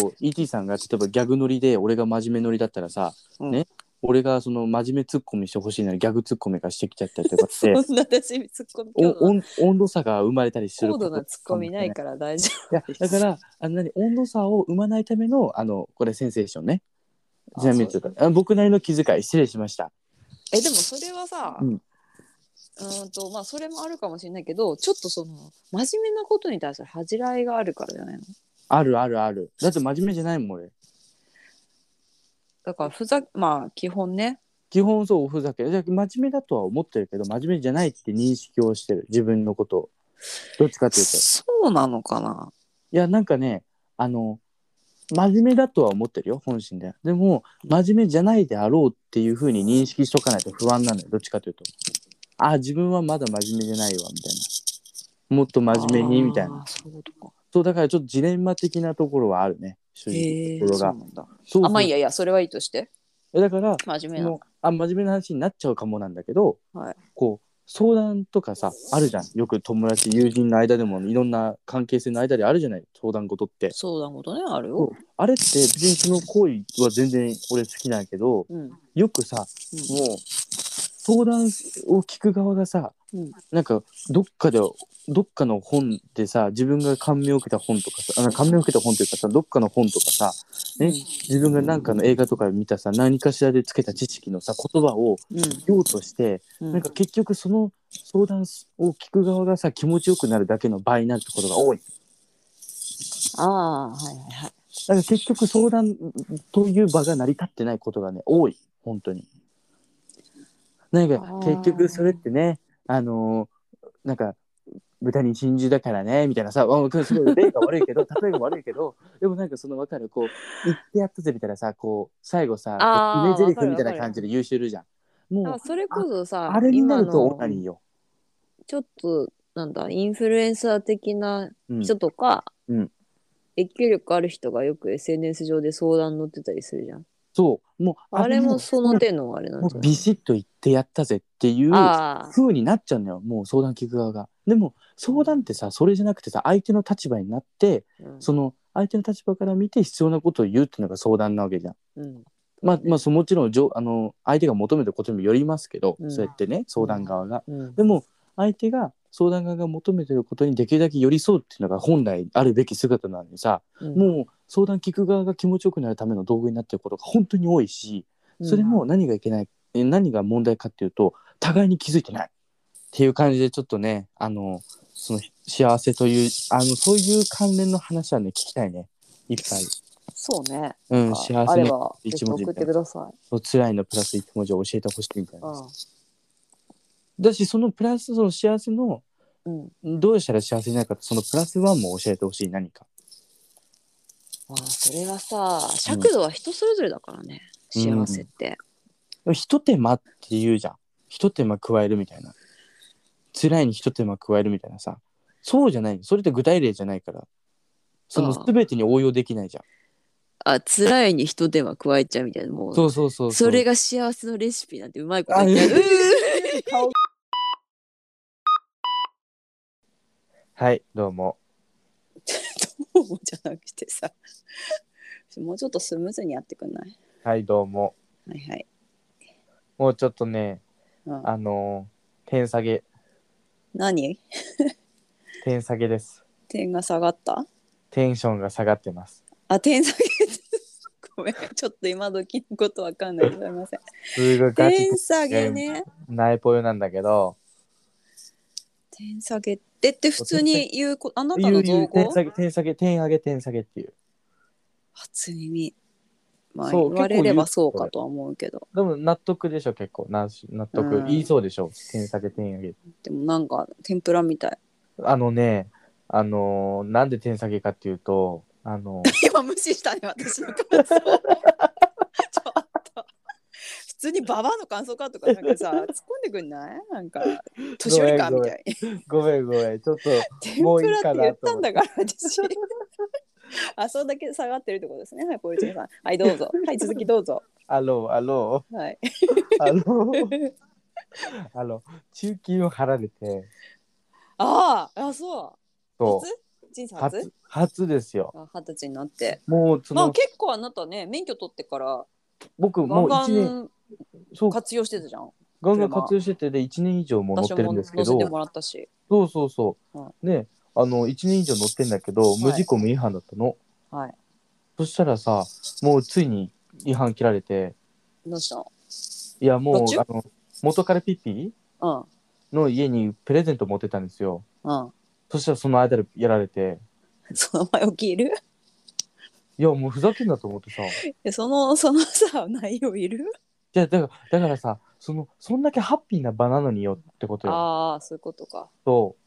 A: こう ET さんが例えばギャグ乗りで俺が真面目乗りだったらさ、
B: うん
A: ね俺がその真面目ツッコミしてほしいならギャグツッコミがしてきちゃったりとかっ
B: [LAUGHS]
A: て
B: そんな [LAUGHS] 私ツッコミ
A: お
B: 高
A: 温温度差が生まれたりする
B: 度なツッコミない
A: か
B: から大丈夫。
A: らいやだからあの何温度差を生まないためのあのこれセンセーションね
B: あ
A: ちなみにちょっとあ僕なりの気遣い失礼しました
B: えでもそれはさ、
A: う
B: うんんとまあそれもあるかもしれないけどちょっとその真面目なことに対する恥じらいがあるからじゃないの
A: あるあるあるだって真面目じゃないもん俺
B: だからふざまあ基本ね
A: 基本そうおふざけじゃあ真面目だとは思ってるけど真面目じゃないって認識をしてる自分のことをどっちかっていうとい
B: そうなのかな
A: やなんかねあの真面目だとは思ってるよ本心ででも真面目じゃないであろうっていうふうに認識しとかないと不安なのよどっちかというとあ自分はまだ真面目じゃないわみたいなもっと真面目にみたいな
B: あーそういうことか
A: そうだからちょっとジレンマ的なところはあるね正
B: へ
A: 直
B: え
A: ところ
B: そうな
A: が
B: ん
A: そ
B: だ
A: うそう
B: あまあいいやいやそれはいいとして
A: えだから
B: 真面目
A: そ
B: な
A: のあ真面目な話になっちゃうかもなんだけど、
B: はい
A: こう相談とかさあるじゃんよく友達友人の間でもいろんな関係性の間であるじゃない相談事って
B: そうだことねある
A: そ
B: よ
A: うあれって別にその行為は全然俺好きなんやけど
B: うん
A: よくさもう相談を聞く側がさ、
B: うん
A: なんかどっかでどっかの本でさ自分が感銘を受けた本とかさあ感銘を受けた本というかさどっかの本とかさ、ね
B: うん
A: 自分が何かの映画とか見たさ何かしらでつけた知識のさ言葉を
B: うん
A: 用として、
B: うん
A: なんか結局その相談を聞く側がさ気持ちよくなるだけの場合になるところが多い。
B: ああはいはいはい
A: だから結局相談という場が成り立ってないことがね多い本当に。なんか
B: あー
A: 結局それってねあのーなんか豚に真珠だからねみたいなさあすごい例が悪い
B: [LAUGHS]
A: けど例えが悪いけどでもなんかその分かるこう言ってやったぜみたいなさこう最後さ
B: あー
A: こう決め
B: わ
A: 台
B: かる
A: 詞み
B: わ
A: た
B: か
A: い
B: る
A: な感じで優秀るじゃん。
B: だか
A: もう
B: らそれこそさ
A: あれになるとオ
B: 今
A: ナ
B: の
A: ニーよ。
B: ちょっとなんだインフルエンサー的な
A: うん
B: 人とか、
A: うん
B: 影響力ある人がよく SNS 上で相談乗ってたりするじゃん。
A: そうもう
B: あれもその
A: 手
B: 手のあれなんじゃない
A: ビシッと言ってやったぜっていう
B: あ
A: 風になっちゃうのよもう相談聞く側が。でも相談ってさそれじゃなくてさ相手の立場になって
B: あ、うん
A: その相手の立場から見て必要なことを言うっていうのが相談なわけじゃん。
B: うん
A: まあまあ、そうもちろんじょあの相手が求めてることにもよりますけど、
B: うん
A: そうやってね相談側が。
B: うん
A: でも相手が相談側が求めてることにできるだけ寄り添うっていうのが本来あるべき姿なのにさ、
B: うん
A: もう相談聞く側が気持ちよくなるための道具になってることが本当に多いし、それも何がいけない、え何が問題かっていうと互いに気づいてないっていう感じでちょっとねあのその幸せというあのそういう関連の話はね聞きたいねいっぱい、
B: そうね。
A: うん、
B: あ
A: 幸
B: あ
A: せ
B: れ
A: の
B: ば
A: 一
B: ぜひ
A: 文字
B: 送ってください。
A: 辛いのプラス一文字を教えてほしいみたいな
B: あ
A: だしそのプラスその幸せの
B: うん、
A: どうしたら幸せになるかそのプラスワンも教えてほしい何か
B: あそれはさ尺度は人それぞれだからね、
A: うん
B: 幸せって。
A: でもひと手間って言うじゃんひと手間加えるみたいな辛いにひと手間加えるみたいなさそうじゃないそれって具体例じゃないからその
B: ああ
A: 全てに応用できないじゃん。
B: あ辛いに一手間加えちゃうみたいなもう
A: そうそうそう
B: そうれが幸せのレシピなんてうまいこと言っ
A: あい
B: て
A: や
B: う
C: 顔
A: はいどうも
B: ーん [LAUGHS] じゃなくてさもうちょっとスムーズにやってくんない
A: はいどうも
B: はいはい、
A: もうちょっとね
B: うん
A: あのー、点下げ
B: 何
A: 点下げです
B: 点が下がった
A: テンションが下がってます
B: あ点下げごめんちょっと今時のことわかんないすいません
A: すごいガチ
B: 点下げね
A: ないぽよなんだけど
B: 点下げってって普通に言うこあなた
A: ゆ
B: の
A: うゆ
B: 造
A: う点
B: 語
A: 下げ点下げ点上げ点下げっていう
B: 初耳まあ
A: そ
B: 言
A: う
B: われれば
A: 結構言
B: そううかとは思うけど
A: でも納得でしょ結構な納
B: う
A: 得
B: ん
A: 言いそうでしょ点下げ点上げ
B: でもなんか天ぷらみたい
A: あのねあのー、なんで点下げかっていうとあ
B: [LAUGHS]
A: のー
B: 今無視したね私の
A: [LAUGHS]
B: 感想ちょっと普通にババアの感想かとかなんかさ突っ込んでくんないなんか年寄りか
A: ごめん
B: み
A: ごめん
B: た
A: ごめ
B: い
A: んごめんちょっと
B: 天
A: もうい
B: ぷ
A: い
B: ら
A: か
B: って
A: な
B: 言っ
A: と
B: た
A: 思
B: ん
A: って
B: だから
A: [LAUGHS]
B: 私あそうだけ下がってるってことですねはい小一さんはいどうぞはい続きどうぞ
A: あのあの
B: はい [LAUGHS]
A: あのあの中金を払られて
B: あああそ
A: そう
B: 初人生初
A: 初初ですよ
B: あ二十歳になって
A: もうそ
B: ま
A: の、
B: あ結構あなたね免許取ってから
A: 僕
B: ガ
A: も
B: ン
A: う
B: ガ
A: 1年
B: ン
A: そう
B: 活用してたじゃん
A: ガンガン活用しててで1年以上もう乗
B: 私
A: ってる
B: も
A: ん
B: 乗
A: ですけ
B: せて
A: ど
B: もらったし
A: そうそうそう、ねあの1年以上乗ってんだけど無事故無違反だったの、
B: はい
A: そしたらさもうついに違反切られて
B: どうしたの
A: いやも
B: ど
A: う
B: っち
A: あの元からピッピ
B: うん
A: の家にプレゼント持ってたんですよ
B: うん
A: そしたらその間でやられて
B: その前起きる
A: いやもうふざけんなと思ってさ
B: えそのそのさ内容いる
A: じゃあだからだからさそのそんだけハッピーな場なのによってことよ
B: ああそういうことか
A: そう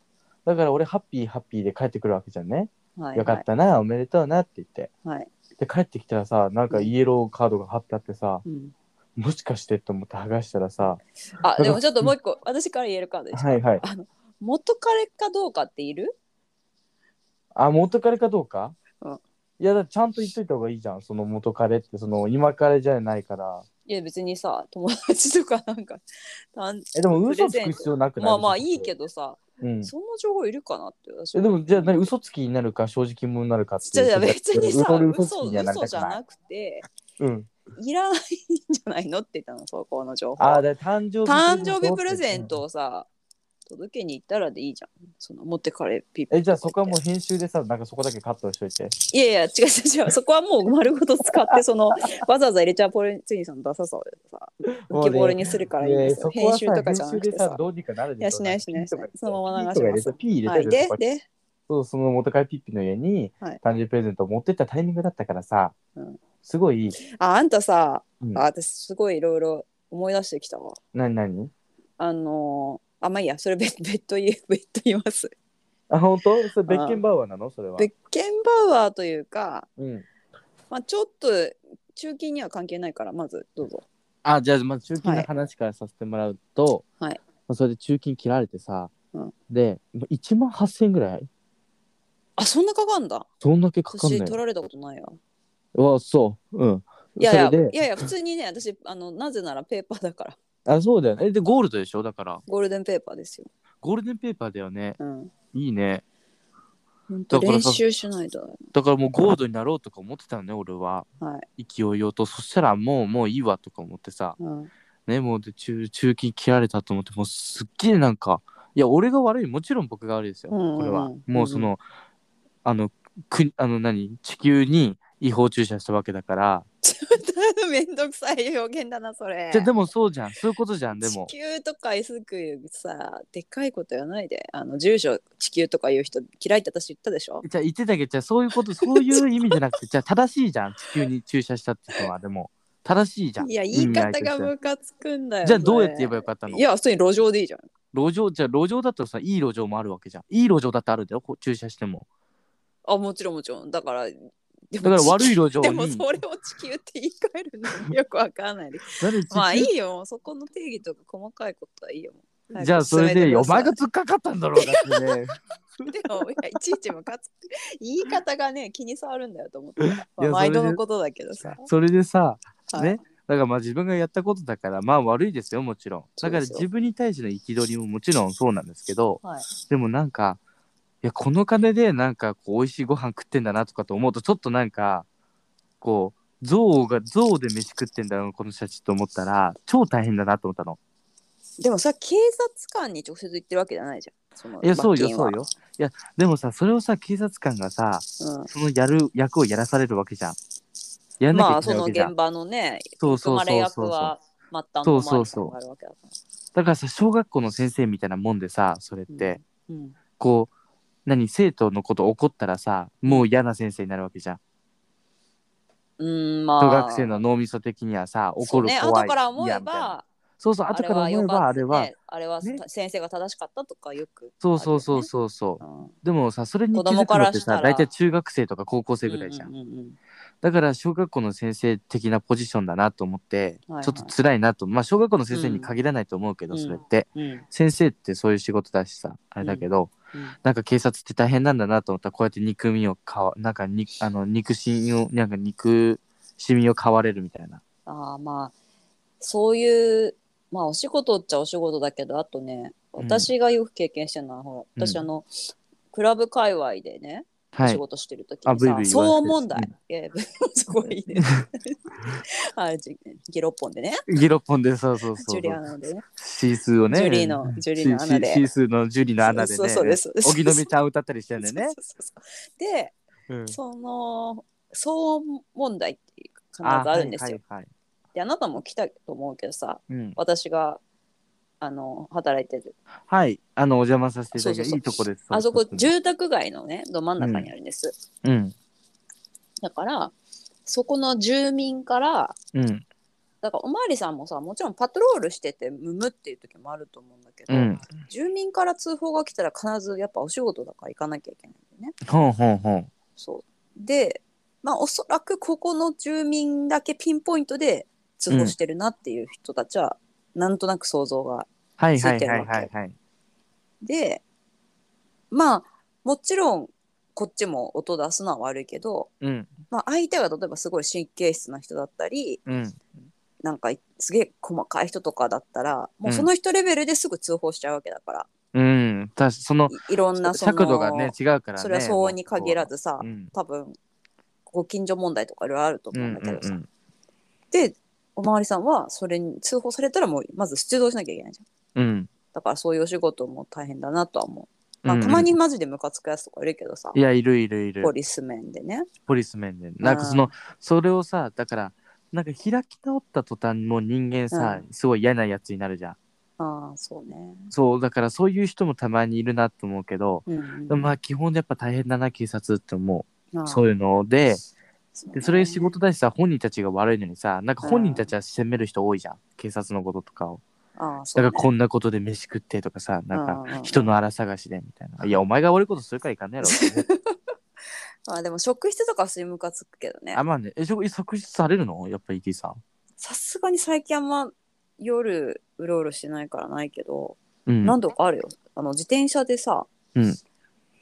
A: だから俺ハッピーハッピーで帰ってくるわけじゃんね、
B: はい
A: よか
B: は
A: っ
B: い
A: たなおめでとうなって言って
B: はい
A: で帰ってきたらさなんかイエローカードが貼ってあってさ
B: うん
A: もしかしてと思って剥がしたらさ
B: あでもちょっともう一個私から言えるカードです
A: はいはい
B: あの元彼かどうかっている
A: あ元彼かどうか、
B: うん
A: いやだからちゃんと言っといた方がいいじゃんその元彼ってその今彼じゃないから
B: いや別にさ友達とかなんかなん
A: えでも嘘
B: プ
A: つ
B: レゼン
A: く
B: ト
A: 必要なくない
B: まあまあいいけどさ、
A: ど、うん、
B: その情報いるかなって私
A: えでもじゃあ何嘘つきになるか正直者になるかって
B: じ
A: いう
B: ゃあ別にさ
A: 俺
B: 嘘
A: 嘘つきにはなり
B: 嘘
A: たく
B: じゃ
A: ない
B: なくて
A: うん
B: いらないんじゃないのって言ったのそこの情報
A: ああだから誕生日
B: 誕生日プレゼントをさ届けに行ったらでいいじゃんその持ってかれピッ
A: えじゃあそこはもう編集でさなんかそこだけカットしといて
B: いやいや違う違う
A: [LAUGHS]
B: 違うそこはもう丸ごと使ってそのわざわざ入れちゃうポレンツニーさんのダサさをさ浮きボールにするからいいんですよ、
A: ねえそこは
B: 編
A: さ
B: 集とかじゃなくて
A: 編集でさ
B: さ
A: どうにかなる
B: いや
A: でし
B: し
A: ょ
B: ないしないしないそのまま
A: ピー
B: 流し
A: と
B: ます
A: か入れてピー入れ
B: は
A: た
B: い
A: りと
B: で
A: か
B: で
A: そうその元からピッピの家に
B: はい
A: 誕生日プレゼントを持ってったタイミングだったからさ、
B: うん
A: すごい、
B: ああんたさ
A: うん
B: あ私すごいいろいろ思い出してきたわ
A: 何何
B: あのーあまあいいやそれ別別途言う [LAUGHS] 別途言います
A: あ本当それベッケンバウアーなのそれは
B: ベッケンバウアーというか、
A: うん
B: まあ、ちょっと中金には関係ないからまずどうぞ
A: あじゃあまあ中金の話からさせてもらうと、
B: はい
A: まあ、それで中金切られてさ、
B: うん
A: で1万8000円ぐらい
B: あそんなかかんだ
A: そんだけかかん
B: 私
A: ない
B: 取られたことないわ
A: わそううん
B: いやいや
A: それ
B: い
A: で
B: やいや普通にね私あのなぜならペーパーだから
A: あそうだよねえでゴールドでしょだから
B: ゴールデンペーパーですよ
A: ゴールデンペーパーだよね
B: うん
A: いいね
B: 本当
A: だから
B: 練
A: さ
B: 習しないと
A: だからもうゴールドになろうとか思ってたのね俺は
B: は
A: 勢いよとそしたらもうもういいわとか思ってさ
B: い、うん、
A: ねもうで中中金切られたと思ってもうすっげえなんかいや俺が悪いもちろん僕が悪いですよ、
B: うんうんうん
A: これはもうその、あのくあの何地球に違法注射したわけだから
B: [LAUGHS] めんどくさい表現だなそれ
A: じゃでもそうじゃんそういうことじゃんでも
B: 地球とかすくさでかいことやないであの住所地球とか言う人嫌いって私言ったでしょ
A: じゃあ言ってたけどじゃあそういうことそういう意味じゃなくてじゃあ正しいじゃん地球に注射したっていうのはでも正しいじゃん
B: いや言い方が
A: うん
B: ムカつくんだよ
A: じゃあどうやって言えば
B: よ
A: よかったの
B: いや普通に路上でいいじゃん
A: 路上じゃあ路上だったらさいい路上もあるわけじゃんいい路上だってあるんだよこう駐車しても
B: あもちろんもちろんだからでも
A: だから悪い路上
B: で
A: に
B: もそれを地球って言い換えるのよくわかんな
A: [LAUGHS]
B: いです
A: なんで地球
B: まあいいよそこの定義とか細かいことはいいよ [LAUGHS]
A: じゃあそれでお前が突っかかったんだろうだってね
B: てかいやいちいちムカつく言い方がね気に障るんだよと思って、
A: い
B: まあ、
A: や
B: 毎度
A: それ
B: の
A: で
B: ことだけどさ、
A: それでさ、
B: はい
A: ねだからまあ自分がやったことだからまあ悪いですよもちろん
B: そ
A: だ
B: う
A: から
B: ですよ
A: 自分に対しての憤りももちろんそうなんですけど、
B: はい
A: でもなんかいやこの金でなんかこう美味しいご飯食ってんだなとかと思うとちょっとなんかこう象が象で飯食ってんだなこの人たちと思ったら超大変だなと思ったの。
B: でもさ警察官に直接言ってるわけじゃないじゃんその
A: いやそうよ
B: 罰金
A: そ
B: は
A: うよ。いやでもさそれをさ警察官がさ
B: うん
A: そのやる役をやらされるわけじゃん。やんなき
B: ま
A: ゃ
B: あ
A: いけ
B: そ
A: ない
B: の
A: わけじゃん。
B: 現場のね
A: そう
B: 生
A: そう
B: まれ
A: そう
B: 役
A: そうそう。
B: は末端の
A: そうそうそう
B: マリさんがあるわけだから
A: だからさ小学校の先生みたいなもんでさそれって、
B: うんうん
A: こう何生徒のこと怒ったらさもう嫌な先生になるわけじゃん。
B: うんまあ
A: 小学生の脳みそ的にはさ怒る
B: そうね
A: 怖い。
B: 後から思
A: 嫌
B: え
A: みたいな
B: ば
A: そうそう後から思えばあれは
B: ねあれは
A: ね
B: 先生が正しかったとかよくあるよね、
A: そうそうそうそうそう、
B: うん
A: でもさそれに気
B: 子
A: づ
B: 供
A: く
B: か
A: のっ
B: ら
A: て
B: した
A: さ
B: ら
A: 大体中学生とか高校生ぐらいじゃん,、
B: うんうん
A: だから小学校の先生的なポジションだなと思って、
B: はいはい
A: ちょっと辛いなとまあ小学校の先生に限らないと思うけど、
B: うん
A: それって
B: うんうん
A: 先生ってそういう仕事だしさあれだけど、
B: うん
A: なんか警察って大変なんだなと思ったらこうやって憎みをかわなんかにあの憎しみをなんか憎しみを買われるみたいな
B: ああまあそういうまあお仕事っちゃお仕事だけどあとね
A: うん
B: 私がよく経験してるのは、ほら
A: うん
B: 私あの、クラブ界隈でね、
A: は
B: 仕
A: い
B: 事してる時
A: あ
B: に
A: ブイ
B: さ
A: ブイ言われて
B: 騒音問題、
A: うん
B: いや [LAUGHS] すご
A: [LAUGHS]
B: いねはいじギロッポンでね
A: ギロッポンでそうそうそう
B: ジュリアナでね
A: シースーをね
B: ジュリーのジュリーの穴で
A: シシースーのジュリーの穴でね
B: そうそうです
A: 荻野目ちゃん歌ったりしてんだよね
B: そうそうそうそうで
A: うん
B: その騒音問題っていう必ずあるんですよ。
A: あはいはいはい
B: であなたも来たと思うけどさ
A: うん、
B: 私があの働いてる
A: はいあのお邪魔させていただいて
B: そうそうそう
A: いいとこです
B: あそこ
A: う
B: 住宅街のねど真ん中にあるんです、
A: うん
B: だからそこの住民から
A: うん
B: だからおまわりさんもさもちろんパトロールしててむむっていう時もあると思うんだけど、
A: うん
B: 住民から通報が来たら必ずやっぱお仕事だから行かなきゃいけないんだよね
A: ほんほんほん
B: そうでまあおそらくここの住民だけピンポイントで通報してるなっていう人たちは、なんとなく想像が
A: はい
B: つ
A: はいい
B: てる
A: は
B: わ
A: い
B: け
A: はいはい
B: でまあもちろんこっちも音出すのは悪いけど、
A: うん
B: まあ、相手が例えばすごい神経質な人だったり
A: うん
B: なんかすげえ細かい人とかだったらもうその人レベルですぐ通報しちゃうわけだから、
A: うんたしその
B: いいろんなその
A: 尺度がね違うからね
B: それは騒音に限らずさ、
A: うん
B: 多分ご近所問題とかいろいろあると思うんだけどさ、
A: うんうんうん
B: でおまわりさんはそれに通報されたらもうまず出動しなきゃいけないじゃん
A: うん
B: だからそういうお仕事も大変だなとは思う、
A: う
B: まあ、
A: ん
B: たまにマジでムカつくやつとかいるけどさ、
A: いやいるいるいる
B: ポリス面でね
A: ポリスメンでなんかその、
B: うん
A: それをさだからなんか開き直った途端もう人間さ、すごい嫌なやつになるじゃん
B: ああそうね、
A: そうだからそういう人もたまにいるなと思うけど、
B: うん
A: でもまあ基本やっぱ大変だな警察って思
B: うんあ
A: う、
B: あ
A: そういうので
B: そうね
A: でそれ仕事だしさ本人たちが悪いのにさなんか本人たちは責める人多いじゃん、警察のこととかを
B: ああそ
A: だ
B: う
A: か
B: ね
A: らこんなことで飯食ってとかさなんか
B: うんうんうん
A: 人の荒探しでみたいな、いやお前が悪いことするからいかんねやろってね
B: まあでも職質とかはすりムカつくけどね
A: あまあねえ職職質されるのやっぱり池井さん
B: さすがに最近あんま夜うろうろしてないからないけど、
A: うん
B: 何度かあるよあの自転車でさ、
A: うん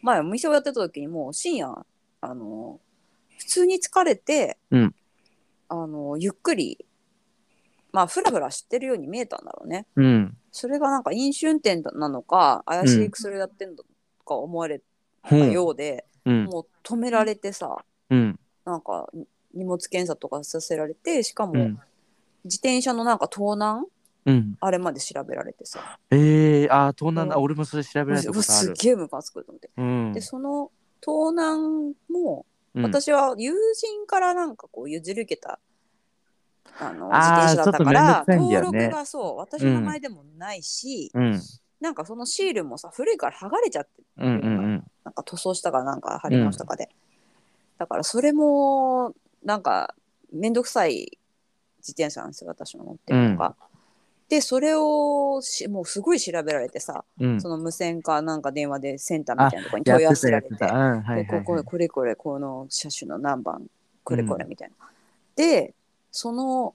B: 前お店をやってた時にもう深夜あの普通に疲れて、
A: うん
B: あのゆっくりまあフラフラしてるように見えたんだろうね
A: うん
B: それがなんか飲酒運転なのか怪しい薬をやってんのか思われ
A: ほ
B: た
A: ん
B: ようで、
A: うん
B: もう止められてさ
A: うん
B: なんかに荷物検査とかさせられてしかも、
A: うん
B: 自転車のなんか盗難
A: うん
B: あれまで調べられてさ
A: ええー、ああ盗難だ
B: うん
A: 俺もそれ調べられた
B: う
A: こ
B: わ
A: とあ
B: すっ
A: る
B: げえムカつくと思って、
A: うん
B: でその盗難も
A: うん
B: 私は友人からなんかこう譲り受けた、あの自
A: あー
B: 転車だったから、
A: ちょっと面倒く
B: 登
A: さいんだよね
B: 録がそう私の名前でもないし、
A: うん
B: なんかそのシールもさ古いから剥がれちゃって
A: うんうんうん
B: なんか塗装したかなんか貼り直したかで、だからそれもなんかめんどくさい自転車なんですよ私の持ってるのが。でそれをしもうすごい調べられてさ、
A: うん
B: その無線かなんか電話でセンターみたいなところに
A: やっ
B: 問い合わ
A: て
B: せ
A: た
B: ら
A: やっ
B: れ
A: て
B: て
A: たうんはいはい
B: で
A: はい
B: こここれこれこの車種の何番これこれみたいな。でその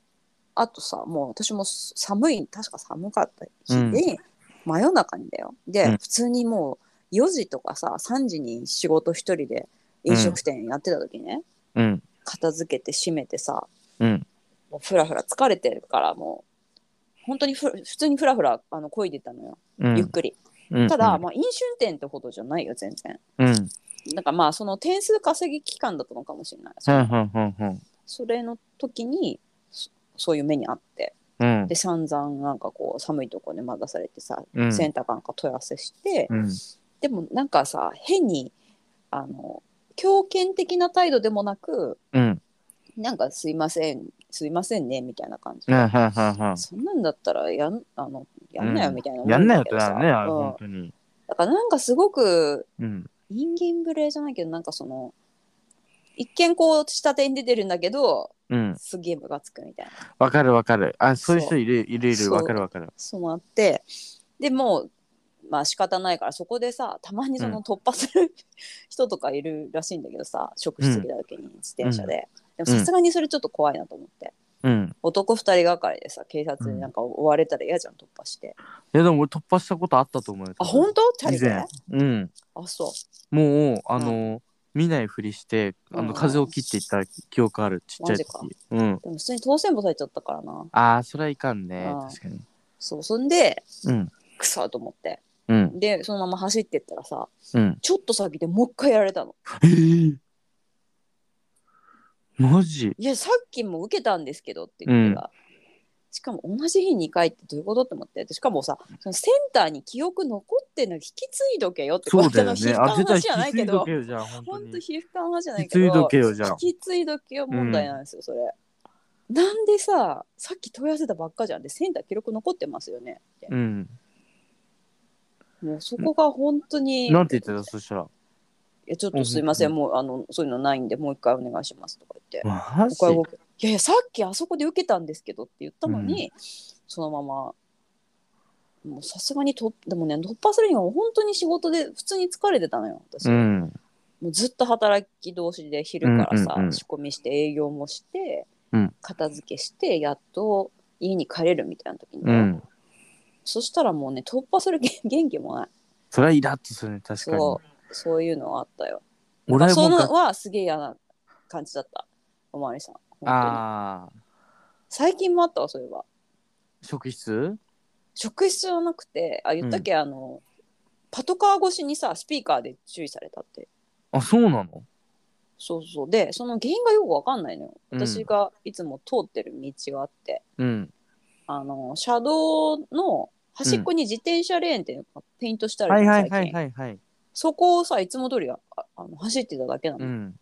B: あとさもう私も寒い確か寒かった日で、真夜中にだよで、
A: うん
B: 普通にもう4時とかさ3時に仕事一人で飲食店やってた時ね、
A: うん
B: 片付けて閉めてさ
A: うん
B: もうフラフラ疲れてるからもう本当にふ普通にフラフラあの漕いでたのよ、
A: うん
B: ゆっくり
A: うん
B: ただ、まあ、飲酒運転ってほどじゃないよ全然
A: うんうん
B: なんかまあその点数稼ぎ期間だったのかもしれない、
A: うんうんうん
B: それの時にそそういう目にあって
A: うん
B: で散々なんかこう寒いとこで待たされてさ、
A: うん
B: センターかなんか問い合わせして、
A: うん
B: でもなんかさ変にあの強権的な態度でもなく
A: うん
B: なんかすいませんすいませんねみたいな感
A: う
B: じ、
A: んうんうん
B: そんなんだったらやんあのやんなよみたいな、
A: やんないよってなるねあれ
B: うん
A: 本当に
B: だからなんかすごく
A: うん
B: 人間無礼じゃないけどなんかその一見こう下手に出てるんだけど
A: うん
B: すげえムカつくみたいな
A: わかるわかるあそういう
B: そ
A: 人
B: う
A: いるいるいる
B: そう
A: わかるわかる
B: そうあってでもうまあ仕方ないからそこでさたまにそうの突破する、人とかいるらしいんだけどさ職質来た時に自転車で、でもさすがにそれちょっと怖いなと思って、
A: うん
B: 男二人がかりでさ警察になんか追われたら嫌じゃん突破して、
A: いやでも俺突破したことあったと思うよ
B: あ本当二
A: 以
B: 人で
A: 前
B: あ
A: うん
B: そう
A: もうあの見ないふりしてあ
B: う
A: の
B: ん
A: 風を切っていった記憶あるちっちゃい時
B: マジ
A: うん
B: でも普通に当選簿されちゃったからな
A: ああそれはいかんね
B: うん
A: 確かに
B: そうそんで
A: うん
B: くそと思って
A: うん
B: でそのまま走ってったらさ
A: うん
B: ちょっと先でもう一回やられたの
A: えーマジ
B: いやさっきも受けたんですけどって言ってた、しかも同じ日2回ってどういうことって思ってしかもさそのセンターに記憶残ってんの引き継いどけよって
A: そうだよ
B: の
A: ね
B: 皮膚
A: あ
B: 感
A: 絶対
B: 派
A: 引
B: じゃない
A: き継
B: け
A: いど
B: ど
A: けよじゃあ本当
B: 本
A: に
B: 当
A: 引
B: 皮膚感派じゃない
A: き
B: け
A: 継いど
B: ど
A: けよじゃあ
B: 引き継いどけよ問題なんですよそれ、なんでささっき問い合わせたばっかじゃんでセンター記録残ってますよねって
A: うん
B: もうそこが本当に
A: なんて言ってたそしたら
B: いやちょっとすいませんもうあのそういうのないんでもう一回お願いしますとか言って
A: マジ
B: 他動くいやいやさっきあそこで受けたんですけどって言ったのに、そのままもうさすがにとでもね突破するには本当に仕事で普通に疲れてたのよ私、
A: うん
B: もうずっと働き同士で昼からさ、
A: うんうんうん
B: 仕込みして営業もして、
A: うん
B: 片付けしてやっと家に帰れるみたいな時に、
A: うん
B: そしたらもうね突破する元 [LAUGHS] 元気もない
A: それはイラッとするね確かに
B: そうそういうのはあったよ
A: 俺
B: そ
A: も
B: の
A: が
B: はすげえ嫌な感じだったおまわりさん本当に
A: ああ
B: 最近もあったわそういえば
A: 職質
B: 職質じゃなくてあ言ったっけ、あのパトカー越しにさスピーカーで注意されたって
A: あそうなの
B: そうそうでその原因がよくわかんないのよ
A: うん
B: 私がいつも通ってる道があって、
A: うん
B: あの車道の端っこに自転車レーンっていうのがペイントしてある
A: はい
B: の
A: は
B: 最
A: い
B: 近、
A: はいはいはい
B: そこをさいつも通りああの走ってただけな
A: う
B: の、
A: ん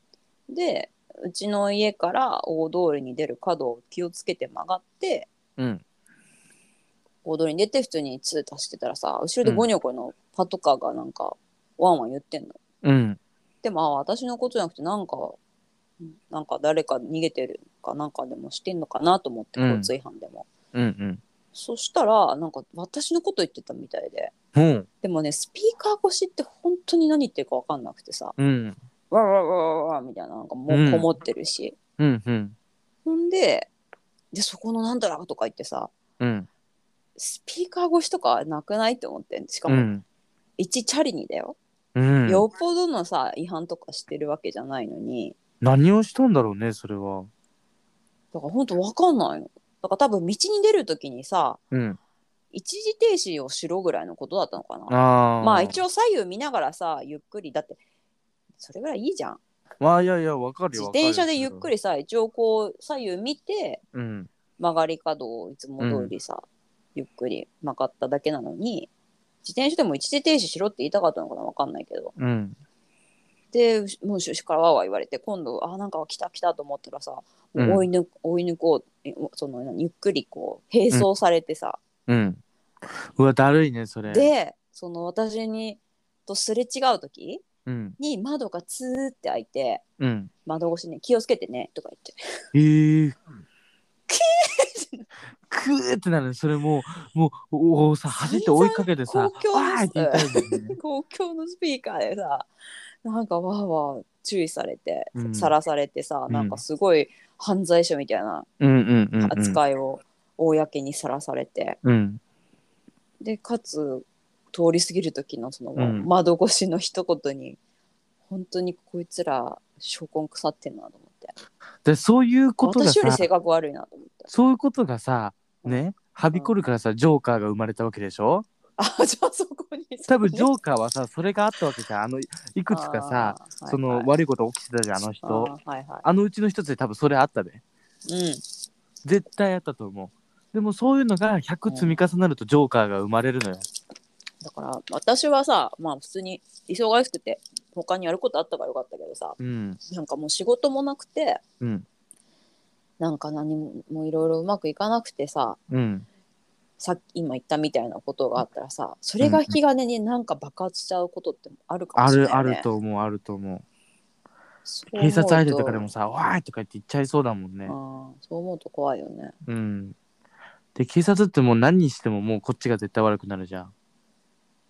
B: でうちの家から大通りに出る角を気をつけて曲がって
A: うん
B: 大通りに出て普通に通足してたらさ後ろでゴニョゴニョパトカーがなんかワンワン言ってんの
A: うん
B: でもあ私のことじゃなくてなんかなんか誰か逃げてるかなんかでもしてんのかなと思って
A: うん
B: 交通違反でも、
A: うんうん
B: そしたらなんか私のこと言ってたみたいで
A: うん
B: でもねスピーカー越しって本当に何言ってるか分かんなくてさ
A: うん
B: わわわわわみたいななんかもうこもってるし、
A: うんうん
B: ほんででそこのなんだらとか言ってさ
A: うん
B: スピーカー越しとかなくないって思ってしか
A: う
B: も
A: ん
B: 一チャリにだよ、
A: うん
B: よっぽどのさ違反とかしてるわけじゃないのに、
A: 何をしたんだろうねそれは
B: だから本当わかんないの。だから多分道に出るときにさ、
A: うん
B: 一時停止をしろぐらいのことだったのかな。
A: ああ
B: まあ一
A: 応
B: 応左右見ながらさ、ゆっくり、だって、それぐらいいいじゃん。
A: まあいやいやわかる
B: 自
A: よ
B: 転車でゆっく
A: り
B: りさ、一応こう左右見て、
A: うん
B: 曲がり角をいつも通りさ、ゆっくり曲がっただけなのに、自転車でも一時停止しろって言いたかったのかなわかんないけど。
A: うん
B: で、もう後ろからわーわー言われて、今度、あ、なんか来た来たと思ったらさ、も
A: う
B: う
A: ん
B: 追い抜,、追い抜こうえ、そのゆっくりこう、並走されてさ、
A: うんうわだるいねそれ
B: でその私にとすれ違う時
A: うん
B: に窓がツーって開いて
A: うん
B: 窓越しに「気をつけてね」とか言って
A: えーくーってなるねそれもうもうおおさ走って追いかけてさ
B: 散々公共の
A: わーって言ったりね
B: [LAUGHS] 公共のスピーカーでさなんかわーわー注意されて
A: うん
B: さら、されてさ
A: うん
B: なんかすごい犯罪者みたいな
A: うんうんうんうん
B: 扱いを公にさらされて、
A: うん
B: でかつ通り過ぎる時のその
A: うん
B: 窓越しの一言に、本当にこいつら証拠腐ってんなと思って
A: でそういうことが
B: 私より
A: さ
B: 性格悪いなと思って
A: そういうことがさねはびこるからさジョーカーが生まれたわけでしょ
B: あじゃあそこに
A: 多分ジョーカーはさそれがあったわけじゃんあのいくつかさ
B: あー
A: その
B: はいはい
A: 悪いこと起きてたじゃんあの人
B: あーはいは
A: あのうちの一つで多分それあったで
B: いうん
A: 絶対あったと思うでもそういうのが100積み重なるとジョーカーが生まれるのよ
B: だから私はさまあ普通に忙しくて他にやることあったからよかったけどさ
A: うん
B: なんかもう仕事もなくて
A: うん
B: なんか何ももういろいろうまくいかなくてさ
A: うん
B: さっき今言ったみたいなことがあったらさそれが引き金になんか爆発しちゃうことってあるかも
A: あ
B: しれな
A: る
B: いよ
A: あ
B: ね、
A: ると思うあると思う
B: そう思
A: 警
B: う
A: 察相手とかでもさ「わーい!」とか言って言っちゃいそうだもん
B: あ
A: ね
B: ーそう思うと怖いよね
A: うんで警察ってもう何にしてももうこっちが絶対悪くなるじゃん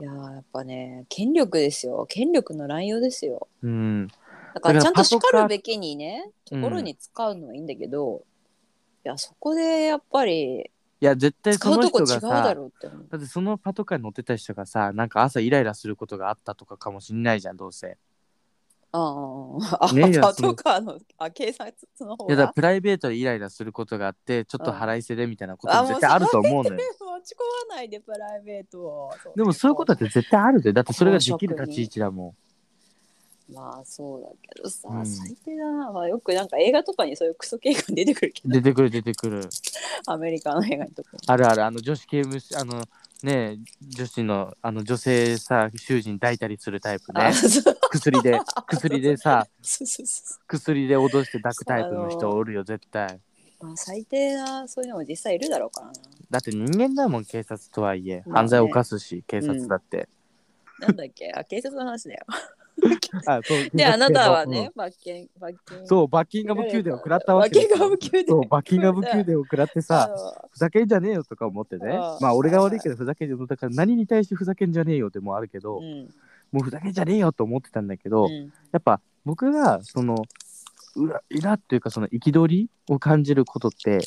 B: いやーやっぱね権力ですよ権力の乱用ですよ
A: うん
B: だから
A: だから
B: ちゃんと
A: パト
B: 叱
A: カー
B: るべきにねと
A: うん
B: ころに使うのはいいんだけど、いやそこでやっぱり
A: いや絶対
B: 使
A: そうの
B: とこ
A: 人
B: 違
A: が
B: う
A: さ
B: だろうって思う
A: だってそのパトカーに乗ってた人がさなんか朝イライラすることがあったとかかもしんないじゃんどうせ
B: ああああ、
A: ねえいや
B: パ
A: その
B: トカーのあ警察の方
A: いやだから
B: が
A: プライベートでイライラすることがあってちょっと
B: うん
A: 腹いせでみたいなこと
B: あ
A: も
B: も
A: 絶
B: う
A: 対あると思うのよ
B: 持ち込まないでプライベートを
A: でもそういうことだって絶対あるでだってそれができる
B: 公職
A: 立
B: に
A: ち位置だも
B: まあそうだけどさ、
A: うん
B: 最低だな、まあ、よくなんか映画とかにそういうクソ警官出てくるけ
A: ん
B: ど
A: 出てくる出てくる
B: アメリカの映画にとか
A: あるあるあの女子刑務所あのねえ女子のあの女性さ囚人抱いたりするタイプね
B: あそう
A: 薬で薬でさ
B: そうそうそ
A: 薬で脅して抱くタイプの人おるよ絶対
B: うまあ最低なそういうのも実際いるだろうからな
A: だって人間だもん警察とはいえ
B: まあね
A: 犯罪を犯すし警察だって、
B: なんだっけあ警察の話だよ
A: あそう
B: であなたはね、罰金罰金
A: そうバッキンガム宮殿を食らったわけ
B: バッキンガム宮殿
A: そうバッキンガム宮殿を食らってさ
B: あ
A: ふざけんじゃねえよとか思ってね
B: うん
A: まあ俺が悪いけどふざけんじゃだから何に対してふざけんじゃねえよってもあるけど、
B: のうん
A: もうふざけんじゃねえよと思ってたんだけど、
B: うん
A: やっぱ僕がそのうらいらっていうかその憤りを感じることって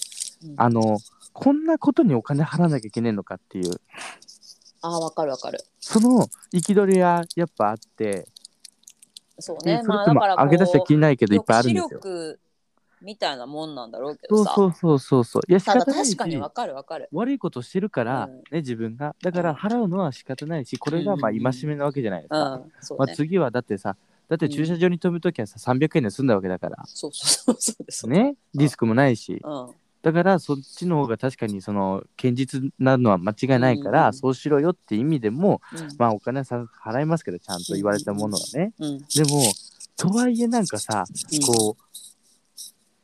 B: うん
A: あのこんなことにお金払わなきゃいけねえのかっていう
B: あわかるわかる
A: その憤りはやっぱあって、
B: そう
A: ね
B: ね、
A: それ
B: まあ
A: と
B: だ
A: も
B: からこう
A: 上げ出した気ないけどいっぱいあるんですよ
B: 抑。止力みたいなもんなんだろうけ
A: そ
B: ど
A: う
B: さ
A: そうそうそうそういや仕
B: ただ
A: 方ない
B: 確
A: し
B: かにわかるわかる
A: 悪いことしてるから、
B: うん
A: ね自分がだから
B: うん
A: 払うのは仕方ないしこれがまあ
B: うん
A: 戒
B: うんうん
A: めなわけじゃないです
B: う
A: か、
B: んそう
A: まあ、
B: ね、
A: 次はだってさだって駐車場に飛ぶときはさ300円で済んだわけだから、
B: そうそうそうそうです
A: ねリスクもないし、
B: うん
A: だからそっちの方が確かにその堅実なのは間違いないから、
B: うん
A: そうしろよって意味でも
B: うん
A: まあお金はさ払いますけどちゃんと言われたものはね、
B: うん
A: でもとはいえなんかさ
B: うん
A: こ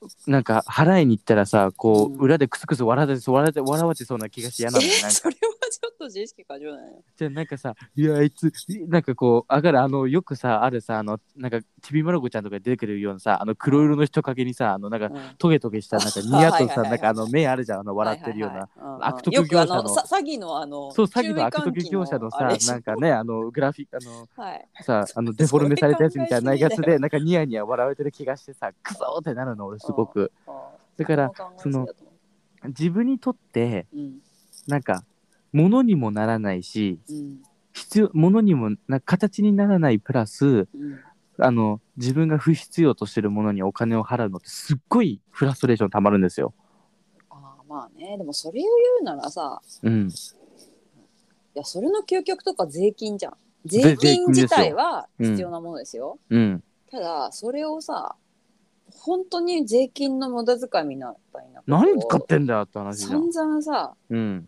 A: うなんか払いに行ったらさこう、
B: うん
A: 裏でクスクス笑って笑って笑われてそうな気がして嫌なの
B: え
A: なんか
B: それはちょっと自意識過剰だよ
A: じゃあなんかさ「いやあいつなんかこう上がるあのよくさあるさあのなんかちびまる子ちゃんとかに出てくるようなさあの黒色の人影にさあのなんか
B: うん
A: トゲトゲしたなんかニヤッと
B: [LAUGHS] はいはい
A: さ
B: はいはい
A: なんかあの目あるじゃんあの笑ってるような、
B: はいはいはいん
A: 悪徳業者の
B: よくあさ詐欺のあの
A: そう詐欺の悪
B: 注意喚
A: 徳
B: 起
A: 業者の
B: あ
A: さ
B: れでしょ
A: なんかねあのグラフィックあの
B: はい
A: さあ
B: [LAUGHS]
A: のデフォルメされたやつみたいな
B: それ
A: や
B: 考
A: つ
B: えすぎだ
A: でなんかニヤニヤ笑われてる気がしてさクソーってなるの俺すごくだからその自分にとって
B: うん
A: なんか物にもならないし
B: うん
A: 必要物にもな形にならないプラス
B: うん
A: あの自分が不必要としてるものにお金を払うのってすっごいフラストレーションたまるんですよ。
B: あーまあねでもそれを言うならさ
A: うん、
B: いやそれの究極とか税金じゃん
A: ぜ
B: 税金自体は
A: 税金ですようん
B: 必要なものですよ、
A: うん、
B: ただそれをさ本当に税金の無駄遣いみたいなことを
A: 何に使ってんだよって話じゃん
B: 散。々さ
A: うん、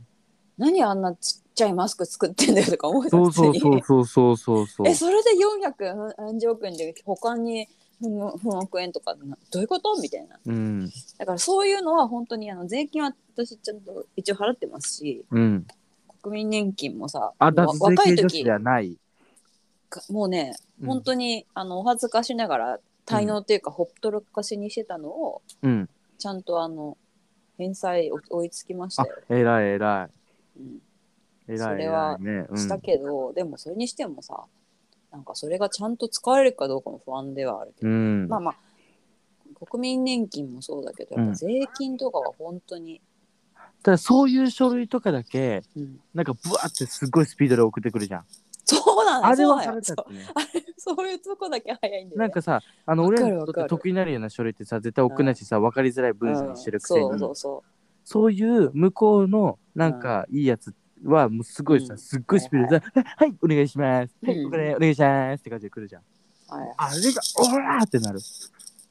B: 何あんなちっちゃいマスク作ってんだよとか思うじゃん
A: そうそう
B: 普通
A: そ
B: に
A: うそうそうそうそう。
B: えそれで400何十億円で他に4億円とかなどういうことみたいな
A: うん、
B: だからそういうのは本当にあの税金は私ちゃんと一応払ってますし
A: うん。
B: 国民年金もさ
A: あ、
B: わ
A: 脱税
B: 若
A: 系
B: い
A: 女子
B: 時
A: ではない。
B: かもうね
A: うん
B: 本当に、あのお恥ずかしながら滞納っていうか、ほっとろかしにしてたのを
A: うん。
B: ちゃんとあの返済お追いつきました
A: あ
B: よ、、
A: 偉い偉い。
B: うん
A: え
B: そ
A: らい
B: れ
A: え
B: は
A: らいね。
B: したけど、でもそれにしてもさなんかそれがちゃんと使われるかどうかも不安ではあるけ
A: う
B: ど、
A: ん。
B: まあまあ国民年金もそうだけどやっぱ税金とかは本当に
A: ただそういう書類とかだけ
B: うん
A: なんかブワーってすごいスピードで送ってくるじゃん
B: そうなの
A: あれは
B: そうな
A: 腹
B: の
A: 立
B: そう
A: つね
B: そういうとこだけ早いんだよね
A: なんかさあの
B: わか
A: 俺
B: る
A: らにとって得意になるような書類ってさ絶対送んないしさ分かりづらい文章にしてるくせに、
B: うんそうそう
A: そういう向こうのなんかいいやつはもうすごいさ、
B: うん
A: すっごいスピードで「はい、はいお願いします」
B: うん
A: はい、お金お願いします」って感じで来るじゃん。
B: そうはい
A: あれが「オラ!」ってなる。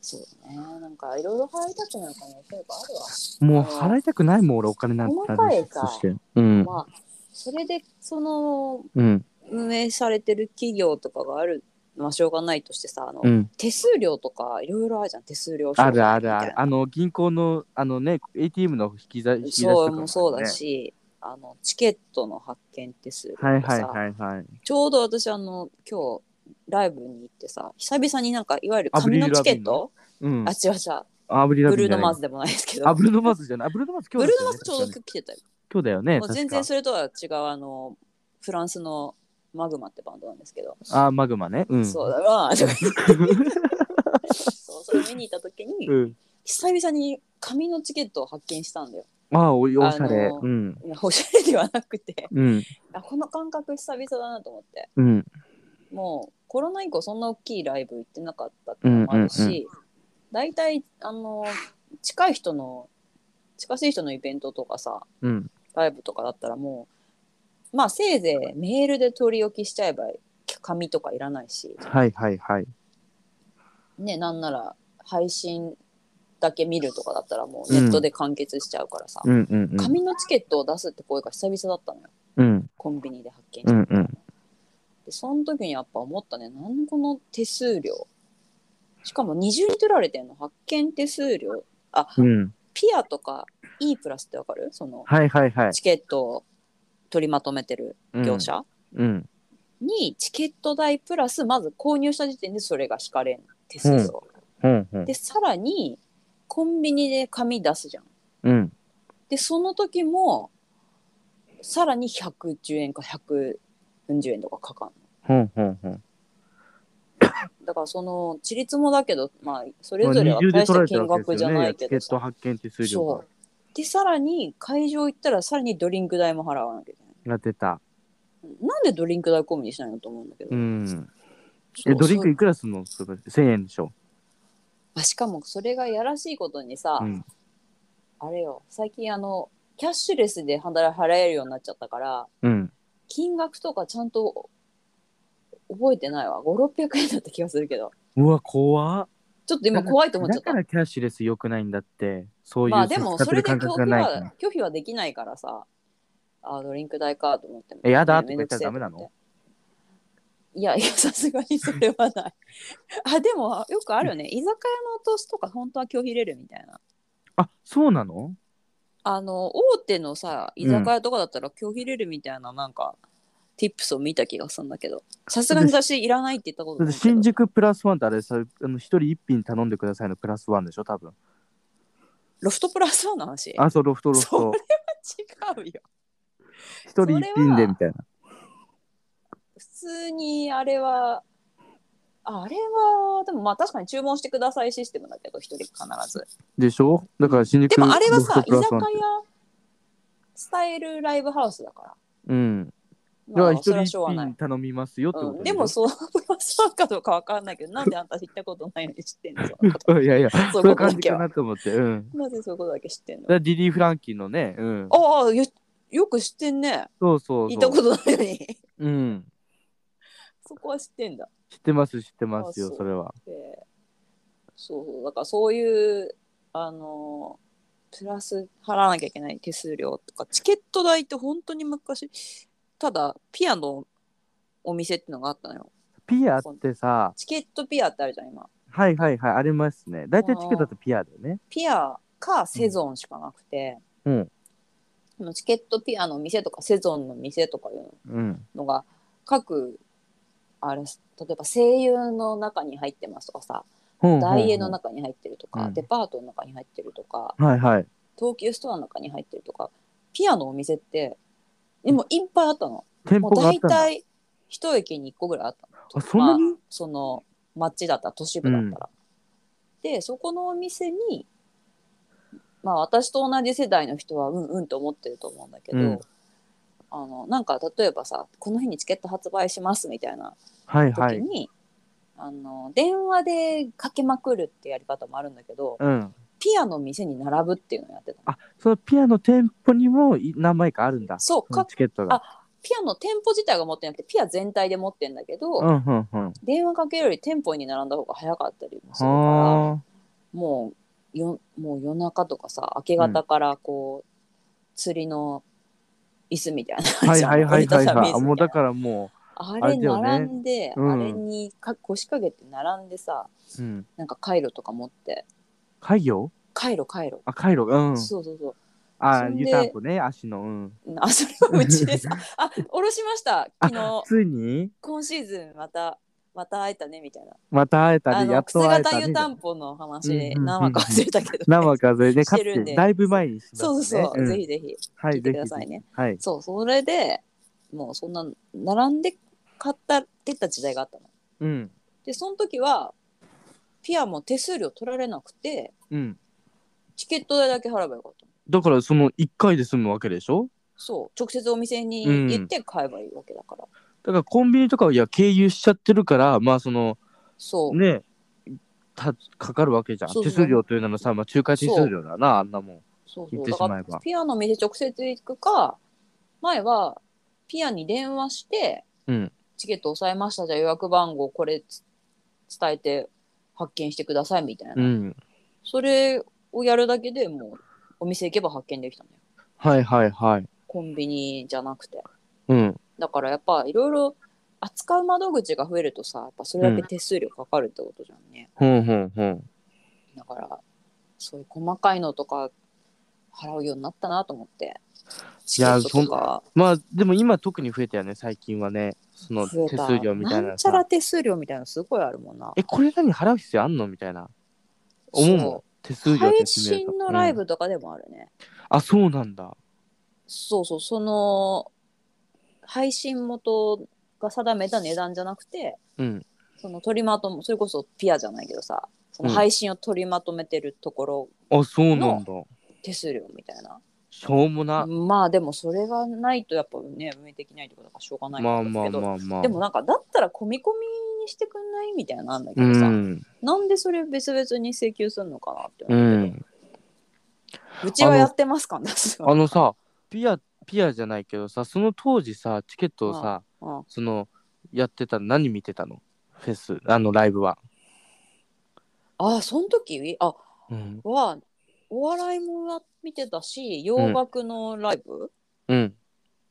B: そうねなんかいろいろ入りたくなる可能性があるわ
A: もう払いたくないもん俺お金なんて
B: 細かい
A: そ
B: か
A: して。うん。
B: まあそれでその
A: うん。
B: 運営されてる企業とかがあるのはしょうがないとしてさあの、
A: うん。
B: 手数料とかいろいろあるじゃん手数料
A: あるあるあ
B: み
A: る
B: た。い
A: あの銀行のあのね ATM の引き出引き
B: な
A: 出しとか
B: そう
A: もね
B: もそうだ。し、あのチケットの発券手数料とかさ、
A: はいはいはいはい。
B: ちょうど私あの今日ライブに行ってさ久々になんかいわゆる紙のチケット
A: うん
B: あ。違う違う
A: アブリラ
B: ブ
A: ビ
B: ル
A: ンじ
B: ー
A: ゃ
B: ノ・
A: な
B: マー
A: い
B: ズ。でもないですけど
A: あブルーノマーズじゃない。あブルーノマーズ今
B: ブ
A: 日
B: ル
A: だ
B: ー
A: った
B: ノ・
A: よ
B: マー
A: ね
B: ズちょうど来てたよ、
A: 今日だよね。
B: も
A: 確
B: う
A: か
B: 全然それとは違うあのフランスのマグマってバンドなんですけど、
A: あマグマね。うん。
B: そうだなとか言って
A: [LAUGHS]
B: そうそれ見に行った時に、
A: うん。
B: 久々に紙のチケットを発見したんだよ。
A: あおおしゃれ。
B: あのー
A: うん。
B: いやおしゃれではなくて
A: うん。
B: あこの感覚久々だなと思って
A: うん。
B: もうコロナ以降そんな大きいライブ行ってなかったってのもある
A: うんうんう
B: し大体、あの近い人の近しい人のイベントとかさ
A: うん。
B: ライブとかだったらもうまあせいぜいメールで取り置きしちゃえば紙とかいらないし
A: はいはいはい。
B: ねなんなら配信だけ見るとかだったらもう
A: う
B: ネ
A: ん
B: ットで完結しちゃうからさ、
A: うんうんうん。
B: 紙のチケットを出すって声が久々だったのよ
A: うん。
B: コンビニで発見
A: う
B: した
A: んうん。
B: でその時にやっぱ思ったねなんこの手数料しかも二重に取られてんの発見手数料
A: うん。
B: ピアとか E プラスってわかるその
A: はいはいはい。
B: チケットを取りまとめてる業者、
A: うん。
B: にチケット代プラスまず購入した時点でそれが引かれんの手数料、
A: うん。うん。
B: でさらにコンビニで紙出すじゃん
A: うん。
B: でその時もさらに110円か140円とかかかんの
A: うん。うん。うん。
B: だからその地立もだけど、まあ、それ
A: まあ
B: ぞれは
A: 二重で
B: 大
A: 取
B: し
A: ら
B: た
A: れてる
B: 金
A: わけ
B: 額
A: です
B: じゃ
A: よ
B: な
A: ね。
B: い
A: チ
B: け
A: ケ
B: ど
A: ット
B: さ。
A: 発見手数料
B: そうでさらに会場行ったらさらにドリンク代も払わなきゃいけ
A: が出た。
B: ない。なんでドリンク代込みにしないのと思うんだけど。
A: うん。
B: そう
A: え、ドリンク
B: そう
A: いくらすんのそれ ?1000 円でしょ。
B: あしかもそれがやらしいことにさ、
A: うん。
B: あれよ最近あのキャッシュレスで払払えるようになっちゃったから
A: うん。
B: 金額とかちゃんと覚えてないわ5600円だった気がするけど
A: うわ、怖っ
B: ちょっと今怖いと思っちゃ
A: だ
B: った
A: からキャッシュレス良くないんだって。そういう
B: まあでも
A: 使っ
B: そ
A: てる
B: れで
A: 感
B: 拒
A: 覚
B: 否
A: がないから
B: は拒否はできないからさあドリンク代かと思って
A: えやだ
B: ねめんどくせえ
A: とか言ったらダメなの
B: と思っていやいやさすがにそれはないあでもよくあるよね居酒屋のお通しとか本当は拒否れるみたいな
A: あ、そうなの
B: あの大手のさ居酒屋とかだったら拒否れるみたいななんか、ティップスを見た気がするんだけどさすがに私いらないって言ったこと
A: だっ
B: な
A: て
B: いけど
A: 新宿プラスワンってあれさ、あの一人一品頼んでくださいのプラスワンでしょ、多分。
B: ロフトプラスワンの話
A: あ、そう、ロフトロフ
B: そ
A: ト。
B: 違うよ
A: 一人一品でみたいな。
B: 普通にあれはああれはでもまあ確かに注文してくださいシステムだけど一人必ず
A: でしょだから新宿
B: でもあれはさ
A: ロフト
B: 居
A: プラ
B: 酒
A: スワ
B: 屋
A: ンって
B: スタイルライブハウスだから
A: うん。だ
B: ま
A: から
B: あ
A: 一
B: それ
A: 人
B: はしょうが
A: 一
B: ない
A: 品、頼みますよってこと
B: うん、
A: で
B: で
A: しょ
B: もそうそうかどうかわかんないけどなんであんた行ったことないのに知ってん
A: [LAUGHS]
B: のそのこ
A: [LAUGHS]
B: と
A: いやいや、
B: そ
A: そう
B: いう
A: ういう
B: ことだ
A: 感じ
B: け
A: か
B: は
A: なと思って。うん。
B: なぜそういうことだけ知ってんの
A: だからディディ・フランキーのね、うん。
B: ああよよく知ってんね
A: そうそうそう。
B: 行ったことないのに [LAUGHS]
A: うん。
B: そこは知ってんだ
A: 知ってます、知ってます
B: あ
A: よ、
B: そう
A: それは。
B: でそうそうだからそういうあのプラス払わなきゃいけない手数料とかチケット代って本当に昔ただピアのお店ってのがあったのよ
A: ピアってさ、
B: チケットピアってあるじゃん今
A: はいはいはい、ありますね。大体チケットだとピアだよね。
B: ピアかセゾンしかなくて、
A: うん
B: そのチケットピアの店とかセゾンの店とかいう
A: うん。
B: のが各あれ例えば声優の中に入ってますとかさ大英の中に入ってるとか、
A: うん
B: デパートの中に入ってるとか、
A: はいはい。
B: 東急ストアの中に入ってるとかピアノお店ってでもいっぱいあったの、
A: 店
B: も
A: 舗
B: う
A: があっ
B: 大
A: たんだ。
B: 体一駅に一個ぐらいあった
A: あ、
B: の
A: そんなに、
B: まあその町だったら都市部だったら、でそこのお店にまあ私と同じ世代の人はうんうんと思ってると思うんだけど、
A: うん
B: あのなんか例えばさこの日にチケット発売しますみたいな
A: はいは
B: 時
A: い。
B: に、あの電話でかけまくるってやり方もあるんだけど、
A: うん。
B: ピアの店に並ぶっていうのをやってたの
A: あ、そのピアノ店舗にもい何枚かあるんだ。
B: そう
A: その
B: か
A: チケットが。
B: ピアの店舗自体が持ってなくてピア全体で持ってんだけど、
A: うんうんうん。
B: 電話かけるより店舗に並んだ方が早かったりもするから
A: は
B: もうよもう夜中とかさ明け方からこう、釣りの椅子みたいな
A: あ。
B: のあ
A: は
B: る
A: い
B: じ
A: はいはいは
B: ゃん [LAUGHS]
A: い
B: 折りたたみ
A: は
B: 椅
A: い。
B: 子
A: あもう
B: みたい
A: だ
B: な
A: からも
B: あ
A: あ
B: れ
A: れだよね
B: 並んで、
A: うん
B: あれにか腰掛けて並んでさ
A: う、うん。
B: なんかカイロとか持って
A: 海洋
B: カイロカイロ、
A: あ、回路うん。
B: そうそうそう
A: あ
B: そ、んで
A: 湯たんぽね、足の。うん。
B: あそれはうちです
A: [LAUGHS]
B: あ下ろしました昨日
A: ついに
B: 今シーズンまたまた会えたねみたいな
A: また会えた
B: あ
A: り、や
B: の
A: っと会え
B: 姿
A: た
B: 湯
A: り。
B: たんぽの話、
A: うんうんうんうん
B: 生か忘れたけど、
A: 生風で、
B: し
A: か
B: て
A: つ
B: るんで
A: て、だいぶ前にしましたね。
B: そうそうそう、
A: ん
B: ぜひぜひ
A: は
B: 聞
A: い、
B: い
A: ぜ
B: てくだ
A: ひ
B: さいね。
A: はい。
B: そうそれでもうそんな並んで買ったってた時代があったの
A: うん。
B: でその時はピアも手数料取られなくて
A: うん。
B: チケット代だけ払えばよかったの
A: だから、その1回で済むわけでしょ
B: そう直接お店に行って買えばいいわけだから、
A: だから、コンビニとかは、いや、経由しちゃってるから、まあ、その、
B: そう、
A: ね、たかかるわけじゃん。
B: そうそう
A: 手数料というのはさ、まあ、仲介手数料だな、あんなもん。
B: そう
A: 言っ
B: そう
A: て
B: だ
A: しまえば
B: からピアの店直接行くか前はピアに電話して
A: うん。
B: チケット押さえましたじゃあ予約番号これつ伝えて発見してくださいみたいな、
A: うん。
B: それをやるだけでもうお店行けば発見できたのよ
A: はいはいはい。
B: コンビニじゃなくて
A: うん。
B: だからやっぱいろいろ扱う窓口が増えるとさやっぱそれだけ手数料かかるってことじゃんね、
A: ほんほんほん。
B: だからそういう細かいのとか払うようになったなと思ってチケットとか
A: まあ、でも今特に増えたよね、最近はね。その
B: 増え
A: 手
B: た
A: 数料みたいな
B: なん
A: の
B: ちゃら
A: さ。
B: 手数料みたいなのすごいあるもんな
A: え、これ何払う必要あんのみたいな。思うもん
B: そ
A: 手数料って
B: 配
A: 決めると
B: 信のライ
A: うん
B: ブとかでもあるね、
A: あ、そうなんだ。
B: そうそうその配信元が定めた値段じゃなくて
A: うん。
B: その取りまとめそれこそピアじゃないけどさその
A: うん
B: 配信を取りまとめてるところ、
A: あ、そうなんだ。
B: 手数料みたいな
A: しょうもな。
B: まあでもそれがないとやっぱね運営できないってことだからしょうがないん
A: まあ
B: ですけど、
A: まあまあまあ。
B: でもなんかだったら込み込みにしてくんないみたいなのあんだけ
A: う
B: どさ、
A: ん。
B: なんでそれ別々に請求するのかなって
A: う
B: 思うけど、
A: ん。
B: うちはやってますかね
A: あのさ、ピア、ピアじゃないけどさ、その当時さ、チケットをさ、
B: うん
A: その、やってたの何見てたのフェス、あの、ライブは。
B: あその時あ
A: うん。
B: はお笑いもや見てたし洋楽のライブ、
A: うん。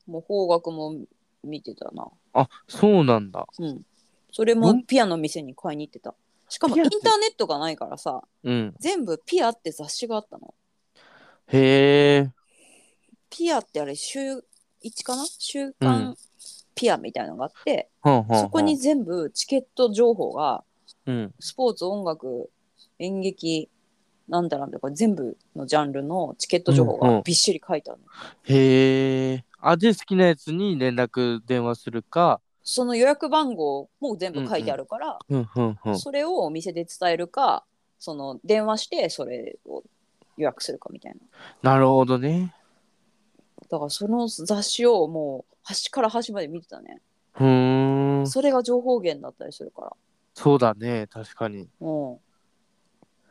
B: もう邦楽も見てたな
A: あ、そうなんだ。
B: うんそれ
A: う
B: も
A: ん
B: ピアの店に買いに行ってたしかもイ
A: ピ
B: ン
A: アっ
B: タ
A: て
B: ーネットがないからさ
A: うん。
B: 全部ピアって雑誌があったの
A: へえ。
B: ピアってあれ週1かな週
A: う
B: 刊ピアみたいなのがあって、
A: はんはんはん
B: そこに、全部チケット情報が
A: うん。
B: スポーツ音楽演劇なんだなんだこれ全部のジャンルのチケット情報
A: うんう
B: が
A: ん
B: びっしり書いてあるの、
A: へえ。あ、で、好きなやつに連絡、電話するか、
B: その予約番号も全部書いてあるから、
A: うん、うん、うん。
B: それをお店で伝えるかその電話してそれを予約するかみたいな
A: なるほどね。
B: だからその雑誌をもう端から端まで見てたね、
A: ふーん。
B: それが情報源だったりするから
A: そうだね、確かに。
B: うん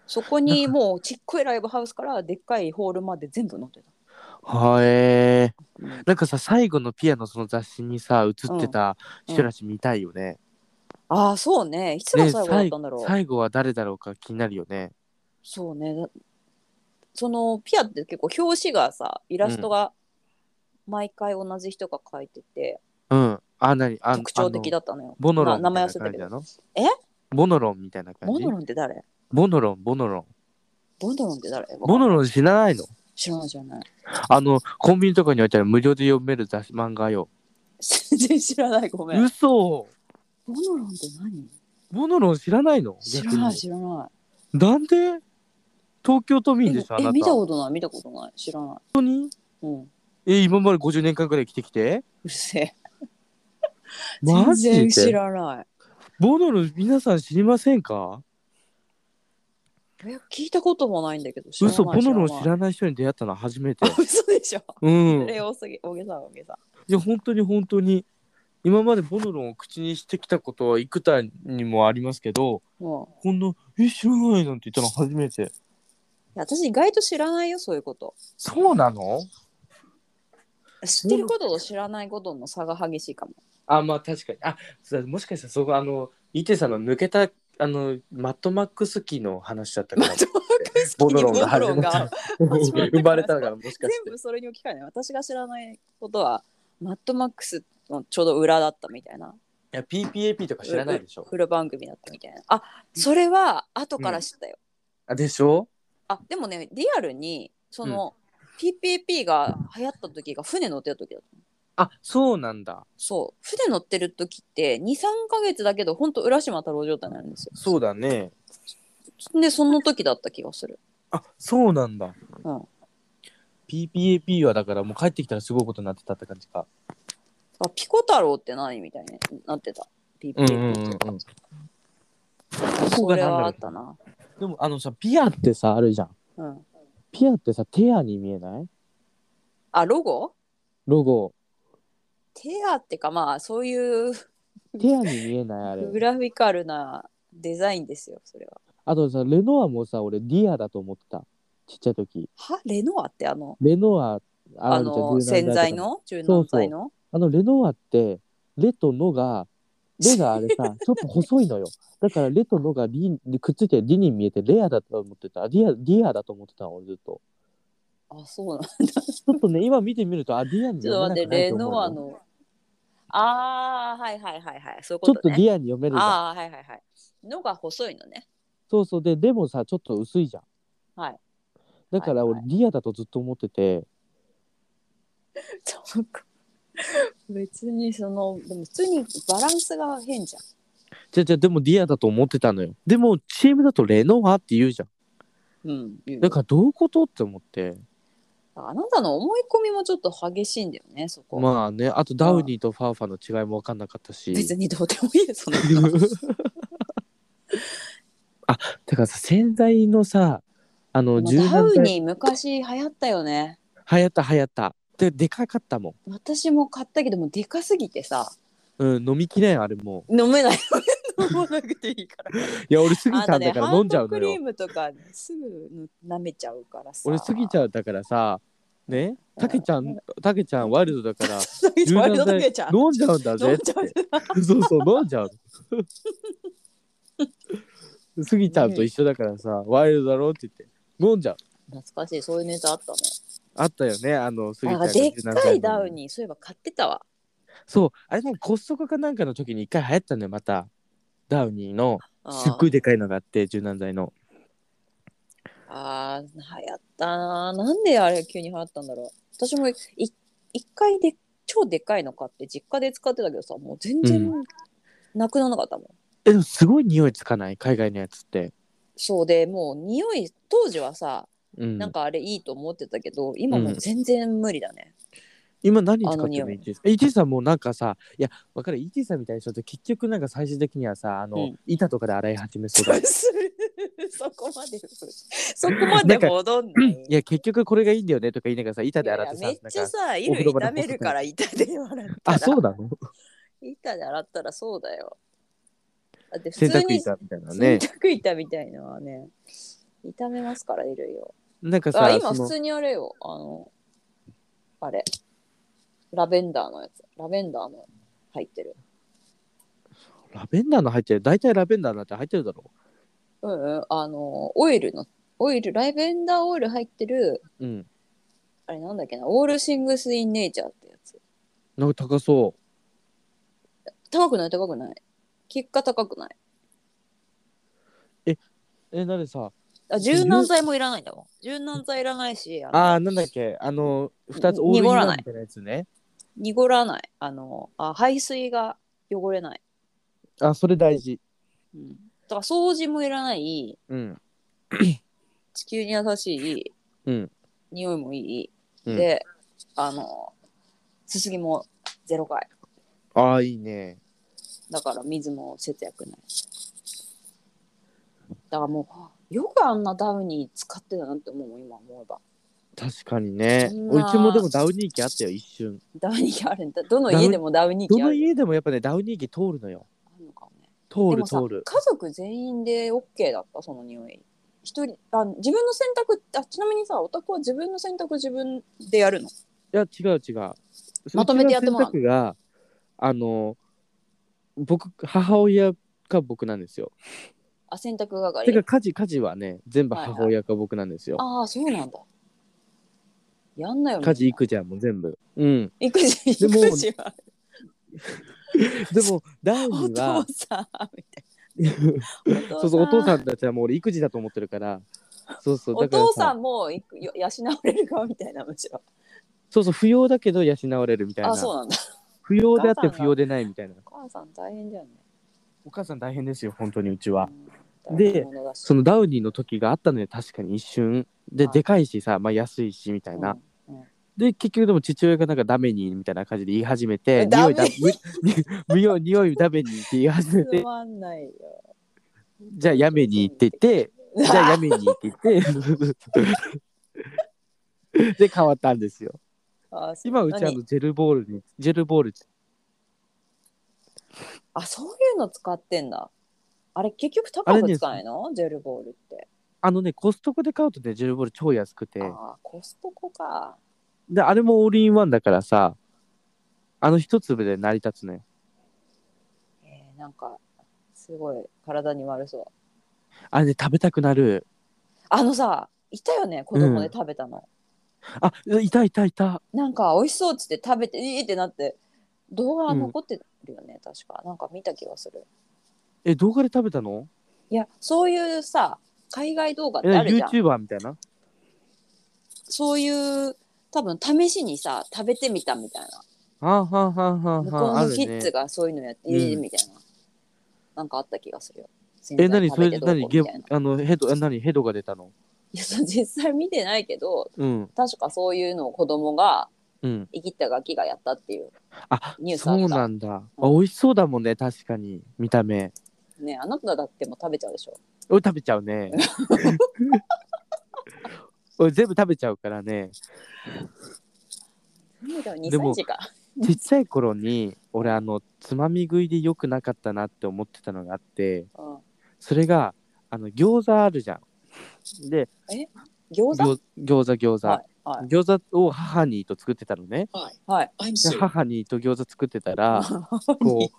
B: そこにもうちっこいライブハウスからでっかいホールまで全部載ってた、
A: はえー。
B: うん
A: なんかさ、最後のピアノその雑誌にさ、映ってた人たち見たいよね。
B: ああそうねいつが
A: ね
B: 最後だったんだろう、
A: 最最後は誰だろうか気になるよね。
B: そうねだそのピアって結構表紙がさイラストが毎回同じ人が描いてて、
A: うん。あ、なにあ
B: 特徴的だったのよ
A: ボノロ
B: な
A: ン
B: 名
A: みた
B: 前
A: い
B: 忘
A: な
B: れた
A: 感
B: け
A: じ
B: ど
A: なの
B: え
A: ボノロンみたいな感
B: ボ
A: じ
B: ノロンって誰
A: ボノロン、ボノロン。
B: ボノロンって誰
A: ボノロン知らないの
B: 知らない知らない
A: あの、コンビニとかに置いてある無料で読める雑誌漫画よ。
B: 全然知らないごめん
A: 嘘
B: ボノロンって何
A: ボノロン知らないの
B: 知らない
A: 逆
B: 知らない
A: になんで東京都民でしょあ
B: え
A: なた。
B: え見たことない見たことない知らない
A: 本当に
B: うんう
A: え、今まで50年間くらい生きてきて
B: るせえ
A: マ
B: 全
A: ジで
B: 然知らない
A: ボノロン皆さん知りませんか
B: え聞いたこともないんだけど知らない
A: 嘘ポノロを知
B: ない
A: らない人に出会ったのは初めて
B: あ嘘でしょ
A: うん
B: それ多すぎ大げさ大げさ
A: いや本当に本当に今までボノロンを口にしてきたことは幾多にもありますけど
B: も
A: こんな「え知らない」なんて言ったの初めて
B: うんいや私意外と知らないよそういうこと
A: そうなの
B: 知ってることと知らないことの差が激しいかも
A: あまあ確かにあそうもしかしたらそこあのイテさんの抜けたあのマットマックス期の話だったか
B: マ
A: ら
B: ットマックス
A: ボ
B: キ
A: ノ
B: にボ
A: ロン [LAUGHS] が
B: ノ
A: 始
B: ロ
A: まった
B: ンが
A: 生まれたからもしか [LAUGHS]
B: 全
A: して
B: 部それに置き換えない私が知らないことはマットマックスのちょうど裏だったみたいない
A: や PPAP とか知らないでしょ
B: 裏番組だったみたいなあそれは後から知ったよ、
A: [LAUGHS] あでしょ
B: あでもねリアルにその、PPP が流行った時が船乗ってた時だった
A: あそうなんだ
B: そう船乗ってる時って23ヶ月だけどほんと浦島太郎状態なんですよ
A: そうだね
B: でその時だった気がする
A: あそうなんだ、
B: うん、
A: PPAP はだからもう帰ってきたらすごいことになってたって感じか
B: あピコ太郎って何みたいになってた PPP
A: うん
B: って、
A: うんうんうんこ
B: そ
A: が
B: れ
A: なんだろう
B: はあったな
A: でもあのさピアってさあるじゃん
B: うん
A: ピアってさテアに見えない
B: あロゴ
A: ロゴ
B: テアってかまあそういう
A: テアに見えないあれ
B: グラフィカルなデザインですよそれは。
A: あとさレノアもさ俺ディアだと思ってたちっちゃい時
B: はレノアってあの
A: レノア
B: あ
A: るじゃん
B: の
A: 柔軟剤とか
B: 洗剤の柔軟剤の
A: あのレノアってレとノがレがあれ
B: [LAUGHS]
A: さちょっと細いのよだからレとノがリにくっついてリに見えてレアだと思ってたディアディアだと思ってた俺ずっと
B: あそうなん
A: ちょっとね今見てみるとあディアに
B: ちょっと
A: 読めなく
B: 待って
A: ない
B: レ
A: と思う
B: ノア
A: よ
B: のああはいはいはいはいそういう
A: ちょ
B: こ
A: っ
B: と
A: と
B: ね
A: ディアに読めるじゃん
B: ああはいはいはいのが細いのね [LAUGHS]
A: そうそうででもさちょっと薄いじゃん
B: はい
A: だから俺、
B: は
A: リアだとずっと思ってて
B: そうか別にそのでも普通にバランスが変じゃん
A: じゃあじゃあでもディアだと思ってたのよでも CM だとレノアって言うじゃん
B: うん、
A: だからどういうことって思って
B: あなたの思い込みもちょっと激しいんだよねそこ、
A: まあねあとダウニーとファーファーの違いも分かんなかったし
B: 別にどうでもいいよ
A: [LAUGHS]
B: その
A: あだからさ洗剤のさあの柔
B: ダ
A: 軟
B: ウ
A: 剤
B: に昔流行ったよね
A: 流行った流行ったででかかったもん、
B: 私も買ったけどもうでかすぎてさ
A: うん、飲みきれんあれも
B: 飲めない飲まなくていいから
A: ういや俺スギ
B: あ
A: ちゃ
B: と
A: ん
B: ね
A: だか
B: ハ
A: ら飲ん
B: ン
A: じゃ
B: ド
A: うの
B: ク
A: よ
B: リームとかすぐ舐めちゃうからさ
A: 俺スギ
B: [LAUGHS]
A: ちゃんだからさねたけちゃんたけちゃんワイルドだから
B: ゃ [LAUGHS] う
A: 柔
B: ワイル
A: 軟
B: ドだ
A: 剤
B: けじゃん
A: 飲んじゃうんだ
B: 飲
A: ぜ
B: んじゃう
A: そうそう飲んじゃう [LAUGHS] スギちゃんと一緒だからさ、ワイルドだろって言って飲んじゃう
B: 懐かしいそういうネタあったね
A: あったよねあのスギちゃ
B: な
A: ん
B: んか
A: が
B: でっ
A: 17
B: か
A: 歳
B: い
A: の
B: ダウにそういえば買ってたわ
A: そうあれなんか骨折かなんかの時に一回流行ったのよまたダウニーの
B: あー
A: すっごいでかいのがあって柔軟剤の
B: あー流行ったななんであれ急に流行ったんだろう私もい一回で超でかいの買って実家で使ってたけどさもう全然なくならなかったもん
A: えでもすごい匂いつかない海外のやつって
B: そうでもう匂い当時はさ
A: うん
B: なんかあれいいと思ってたけど、今もう全然無理だね、
A: 今何使って
B: あの
A: るの
B: 匂い
A: ET さん ET さんもなんかさいやわかる ET さんみたいに人って結局なんか最終的にはさあの、
B: うん
A: 板とかで洗い始めそうだ
B: [LAUGHS] そこまでそこまで戻んない
A: いや結局これがいいんだよねとか言いながらさ板で洗って
B: い
A: さ
B: やめっちゃ
A: なんか
B: さ
A: お
B: 衣
A: 風
B: 類
A: 呂場で
B: 炒めるから板で洗ったら
A: あそうなの
B: 板で洗ったらそうだよだって普
A: 洗
B: 通
A: 濯
B: に
A: 板みたいな
B: 洗
A: ね
B: 濯板みたいのはね炒めますから衣類を
A: なんかさ
B: あ今
A: そ
B: 普
A: の
B: 通にあれよあのあれラベンダーのやつラベンダーの入ってる
A: ラベンダーの入ってる大体ラベンダーなんて入ってるだろ
B: うんうんあのオイルのオイルラベンダーオイル入ってる
A: ううん
B: あれなんだっけなオールシングス・イン・ネイチャーってやつ
A: なんか高そう
B: 高くない高くない結果高くない
A: え、なんでさ、
B: あ柔軟剤もいらないんだもん柔軟剤いらないしあの
A: あー、なんだっけ、あの、二つ
B: に
A: オールイン
B: 濁
A: ワ
B: ら
A: ン
B: ない
A: みたいなやつね。
B: 濁らないあのあ排水が汚れない、
A: あ、それ大事。
B: うん、だから掃除もいらない
A: うん。
B: 地球に優しい
A: うん。
B: 匂いもいい、
A: うん
B: であのすすぎもゼロ回
A: あー、いいね。
B: だから水も節約ないだからもうよくあんなダウニー使ってたなって思うもん今思えば
A: 確かにね。
B: そん
A: う
B: な
A: ちもでもダウニー機あったよ、一瞬。
B: ダウニーあるんだどの家でもダウニー
A: ど
B: 機あ
A: の
B: る
A: 家でもやっぱね、ダウニー機通るのよ。
B: あるのかもね
A: 通
B: で
A: る
B: もさ
A: 通る。
B: 家族全員で OK だったその匂い一人あ自分の洗濯あちなみにさお宅は自分の洗濯自分でやるの
A: いや、違う違う。
B: まとめてやってもらう
A: うちの選択が、あの、僕、母親か僕なんですよ。
B: あ洗濯係
A: てか、家事、家事はね、全部母親か僕なんですよ。
B: ああそうなんだやんなよ
A: 家事、
B: みんな
A: 育児はもう全部。うん。
B: 育
A: で
B: 児
A: も
B: 育児は
A: でも、ダウニ
B: お
A: ーは
B: 父、さんみたいな
A: [LAUGHS] そうそう、お父さんたちはもう俺、育児だと思ってるから、そうそう、
B: お
A: だから
B: 父さ
A: さ、
B: んもいくよ養われるかみたいなむしろ
A: そうそう、不要だけど養われるみたいな
B: あ。そうなんだ
A: 不要であっ
B: お
A: て
B: 母さんが
A: 不要でないみたいな。
B: お母さん大変だよね
A: お母さん大変ですよ、本当にうちは。
B: うん
A: で
B: 大物だし
A: そのダウニーの時があったのよ、確かに一瞬。で、
B: はい
A: でかいしさ、まあ安いしみたいな。で、結局でも父親がなんかダメニーみたいな感じで言い始めて、
B: えダ
A: 匂
B: メ
A: いだ、 [LAUGHS] 無用、匂いダメニーって言い始
B: う
A: め
B: んつ
A: て、
B: まんな
A: [LAUGHS]
B: いよ
A: じゃあやめに行って言って、じゃあやめに行って言って。
B: [LAUGHS]
A: で、変わったんですよ。
B: あそう
A: 今、うちあの
B: 何
A: ジェルボールに、ジェルボール、
B: あそういうの使ってんだあれ結局高
A: あれ
B: く
A: ね
B: 使えのジェルボールって
A: あのね、コストコで買うとね、ジェルボール超安くて、
B: ああコストコか
A: で、あれもオールインワンだからさ、あの一粒で成り立つのよ。
B: えーなんかすごい体に悪そう
A: あれね、食べたくなる。
B: あのさいたよね子供で
A: うん
B: 食べたの、
A: あ、いたいたいた。
B: なんか美味しそうっつって食べていいってなって動画残ってるよね、確かなんか見た気がする
A: え、動画で食べたの
B: いやそういうさ海外動画っ
A: え、
B: てあるじゃん
A: YouTuber みたいな
B: そういう多分試しにさ食べてみたみたいな
A: はあはあはあはあ
B: 向
A: は
B: こ
A: あ。あ
B: う
A: る
B: のキッズ
A: ね。
B: がそういうのやって
A: うん
B: いいみたいな、なんかあった気がするよ
A: え、何それ
B: で
A: で何ゲ
B: みたいな
A: あの、ヘド、あ何ヘドが出たの
B: いやそう実際見てないけど
A: うん。
B: 確かそういうのを子供が
A: うん。
B: 生きったガキがやったっていう
A: あ
B: ニュ、ースあった
A: そうなんだ。あ、美味しそうだもんね、確かに。見た目。
B: ねあなただっても食べちゃうでしょ
A: 俺食べちゃう
B: [LAUGHS]
A: ね。俺全部食べちゃうからね。
B: 何だろう2
A: でも
B: 歳児か
A: ちっちゃい頃に、俺あの、つまみ食いで良くなかったなって思ってたのがあって、
B: うん
A: それが、あの、餃子あるじゃん。で、
B: 餃子
A: 餃餃子餃子。
B: はいはい
A: 餃子を母にと作ってたのね。
B: はいはい
A: で母にと餃子作ってた
B: [LAUGHS]
A: ら、こう、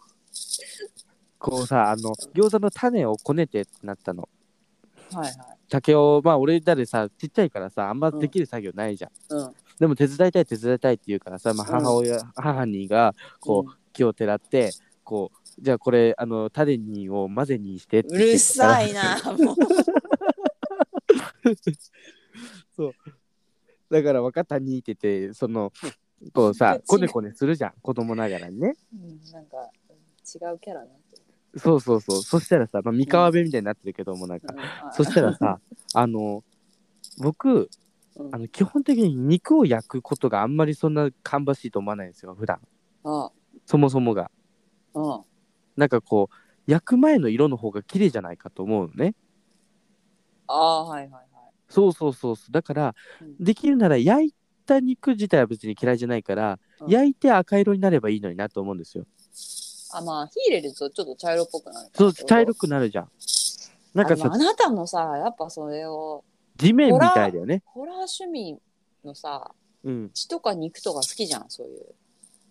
A: こうさ、あの、餃子の種をこねてってなったの。
B: はいはい
A: 竹を、まあ俺だでさ、ちっちゃいからさ、あんまできる作業ないじゃん。
B: うん
A: でも手伝いたい手伝いたいって言うからさ、まあ、母親、母にが、こう、
B: う
A: 木をてらって、こう、じゃあこれ、あの、種にを混ぜにしてって
B: んうるさ
A: い。
B: いなもう
A: [LAUGHS] だから分かったにって言って、その、こうさ
B: [LAUGHS] 違う、
A: こねこねするじゃん、子供ながらにね。
B: うんなんか違うキャラになってる
A: そうそうそう。そしたらさ、まあ、三河辺みたいになってるけども、なんか、
B: うんはい
A: そしたら
B: [LAUGHS]
A: さ、あの、僕、
B: うん
A: あの基本的に肉を焼くことがあんまりそんな芳しいと思わないんですよ、普段。
B: あ
A: そもそもが。
B: あ
A: なんかこう、焼く前の色の方が綺麗じゃないかと思うのね。
B: あーはいはいはい
A: そうそうそうそう。だから、
B: うん
A: できるなら焼いた肉自体は別に嫌いじゃないから、
B: うん
A: 焼いて赤色になればいいのになと思うんですよ。
B: あまあ火入れるとちょっと茶色っぽくなる
A: そう、茶色
B: く
A: くなるじゃん。なんか
B: あ
A: さ
B: あ、なたもさやっぱそれを
A: 地面みたいだよね。
B: ホラー趣味のさ
A: うん。
B: 血とか肉とか好きじゃんそういう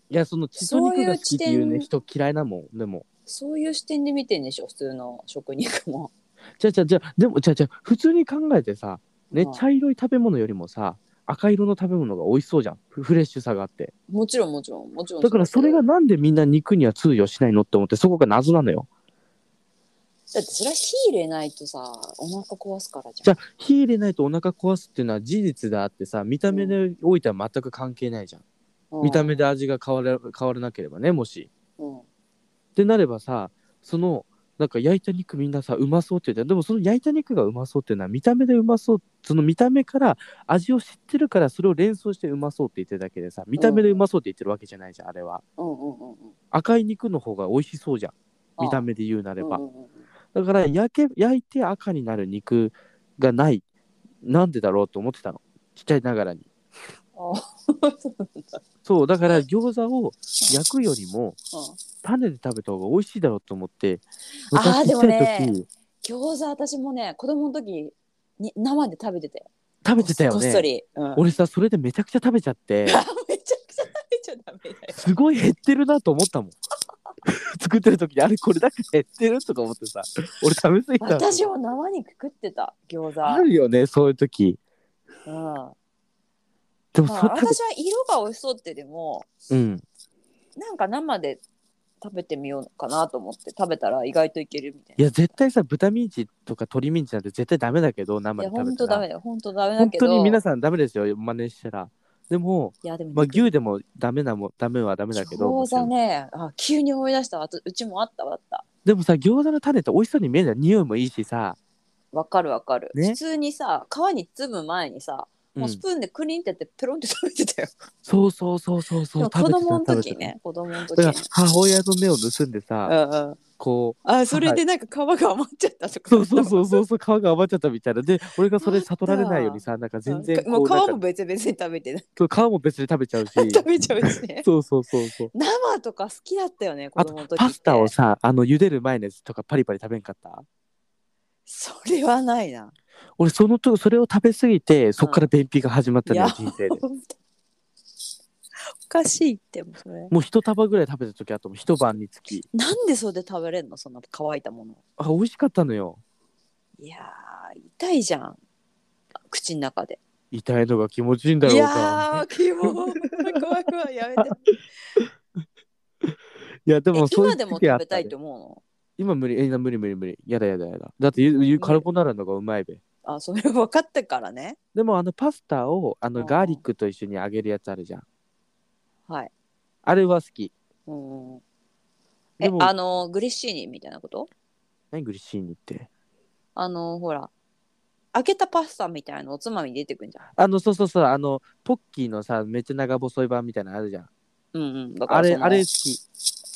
A: いや、その血と肉が好きっていう
B: そういう
A: ね、
B: 地
A: 人嫌いなもん、でも。
B: そういう視点で見てんでしょ普通の食肉も
A: じゃあじゃあじゃあでもじゃあじゃあ普通に考えてさ、ね
B: うん
A: 茶色い食べ物よりもさ赤色の食べ物が美味しそうじゃんフフレッシュさがあって
B: もちろんもちろんもちろん
A: だからそれが
B: だ
A: なんでみんな肉には通用しないのって思ってそこが謎なのよ
B: ってそれは火入れないとさお腹壊すからじ
A: じ
B: ゃん
A: ゃあ火入れないとお腹壊すっていうのは事実であってさ見た目でおいては全く関係ないじゃん、
B: うん
A: 見た目で味が変わら変わらなければねもし
B: うん
A: ってなればさそのなんか焼いた肉みんなさうまそうって言ってでもその焼いた肉がうまそうっていうのは見た目でうまそうその見た目から味を知ってるからそれを連想してうまそうって言ってるだけでさ見た目でうまそうって言ってるわけじゃないじゃんあれは
B: うんうんうんうん
A: 赤い肉の方が美味しそうじゃん見た
B: 目
A: 目で言うなれば
B: うんうんうん
A: だから焼け焼いて赤になる肉がないなんでだろうと思ってたのちっちゃいながらに
B: ああ、そうなんだ。
A: そうだから餃子を焼くよりも種で食べた方が美味しいだろうと思って
B: あー
A: 昔ちっちゃい
B: でも
A: 時、
B: [LAUGHS] 餃子私もね、子供の時に生で食べてたよ。
A: 食べてたよ
B: こっそ
A: ね
B: り。うん、
A: 俺さそれでめちゃくちゃ食べちゃ
B: [LAUGHS]
A: って
B: あめちゃくちゃ食べちゃダメだよ。
A: すごい減ってるなと思ったもん [LAUGHS] 作ってる時にあれこれだけ減ってるとか思ってさ俺食べ過ぎたの
B: 私も生肉食ってた餃子。
A: あるよねそういう時
B: うん。
A: でも
B: ま
A: そ
B: あ
A: れ食
B: 私は色が美味しそうってでも、
A: べうん
B: なんか生で食べてみようかなと思って食べたら意外といけるみたい
A: い
B: な。
A: や絶対さ豚ミンチとか鶏ミンチなんて絶対ダメだけど
B: い
A: 生で
B: や
A: 食
B: 本
A: べた
B: 当ダ
A: ら
B: メだよ本当ダメだ
A: 本
B: け
A: 当
B: ど。
A: に皆さんダメですよ真似したらでも、
B: いやでも、
A: まあ、牛でもダメなもダメはダメだけどもち
B: 餃
A: ろ
B: 子
A: ん
B: ねあ急に思い出したわあとうちもあったわあった
A: でもさ餃子の種って美味しそうに見えるじゃん匂いもいいしさ、
B: わかるわかる、
A: ね
B: 普通にさ皮に包む前にさ
A: うん
B: もうスプーンでクリンってやってペロンって食べてたよ、
A: そうそうそうそうそう
B: でも子供の
A: 食べて
B: 時
A: た
B: ね子供の
A: 食べて
B: 時
A: ただ
B: ね
A: から母親の目を盗んでさ、
B: うんうん、
A: こう
B: あそれでなんか皮が余っちゃったとか
A: そうそうそうそうそう皮が余っちゃったみたいなで俺がそれ悟られないようにさなんか全然
B: うんもう
A: こうなん
B: 皮
A: か
B: も別々に食べてない [LAUGHS]
A: そう皮も別に食べちゃうし
B: 食べちゃうしね
A: そうそうそうそう
B: 生とか好きだったよね子
A: あ
B: 供の
A: と
B: 時
A: パスタを
B: って
A: さあの茹でる前のやつとかパリパリ食べんかった
B: それはないな
A: 俺そのとそれを食べ過ぎてそっから便秘が始まったのよ、人生で
B: おかしいってもうそれ
A: もう一束ぐらい食べた時あったもん一晩につき
B: なんでそれで食べれんのそんな乾いたもの
A: あ美味しかったのよ
B: いやー痛いじゃん口の中で
A: 痛いのが気持ちいいんだろ
B: いうや
A: か
B: ーキモー怖い怖いやめて
A: いやで
B: え
A: もそうい
B: 今
A: う
B: でも
A: 時期あ
B: 食
A: っ
B: べ
A: た
B: た
A: ね
B: いと思
A: 今無理えな無理無理無理やだやだやだだってゆゆカルボナーラの方がうまいべ
B: うのあそれ分かってからね
A: でもあのパスタをあ
B: う
A: の
B: ん
A: ガーリックと一緒に揚げるやつあるじゃん
B: はい
A: あれは好き
B: うんうんえ
A: でも
B: あのグリッシーニみたいなこと
A: 何グリッシーニって
B: あのほら開けたパスタみたいなのおつまみに出てくんじゃん
A: あのそうそうそうあのポッキーのさめっちゃ長細い版みたいなのあるじゃん
B: うんうんだから
A: あれ
B: その
A: あれ好き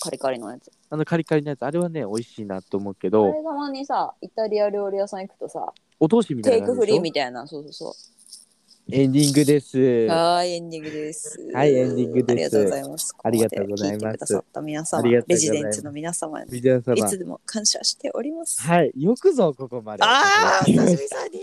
B: カリカリのやつ
A: あのカリカリのやつあれはね美味しいなと思うけ
B: あ
A: ど
B: れたまにさイタリア料理屋さん行くとさ
A: お通しみた
B: テ
A: い
B: イ
A: な
B: ク
A: のあ
B: フ
A: るでし
B: リー
A: ょ
B: みたいなそうそうそ
A: エンディングです
B: うはーいエンディングです
A: はいエンディングです
B: ありがとうございます
A: ありがとうございます
B: ここで聞いてくださった皆
A: あ
B: 様
A: りがとうご
B: レ
A: ざいます
B: ジデンツの皆様に
A: 皆様
B: いつでも感謝しております。
A: はいよくぞここまで
B: ああ、久しぶりさんに。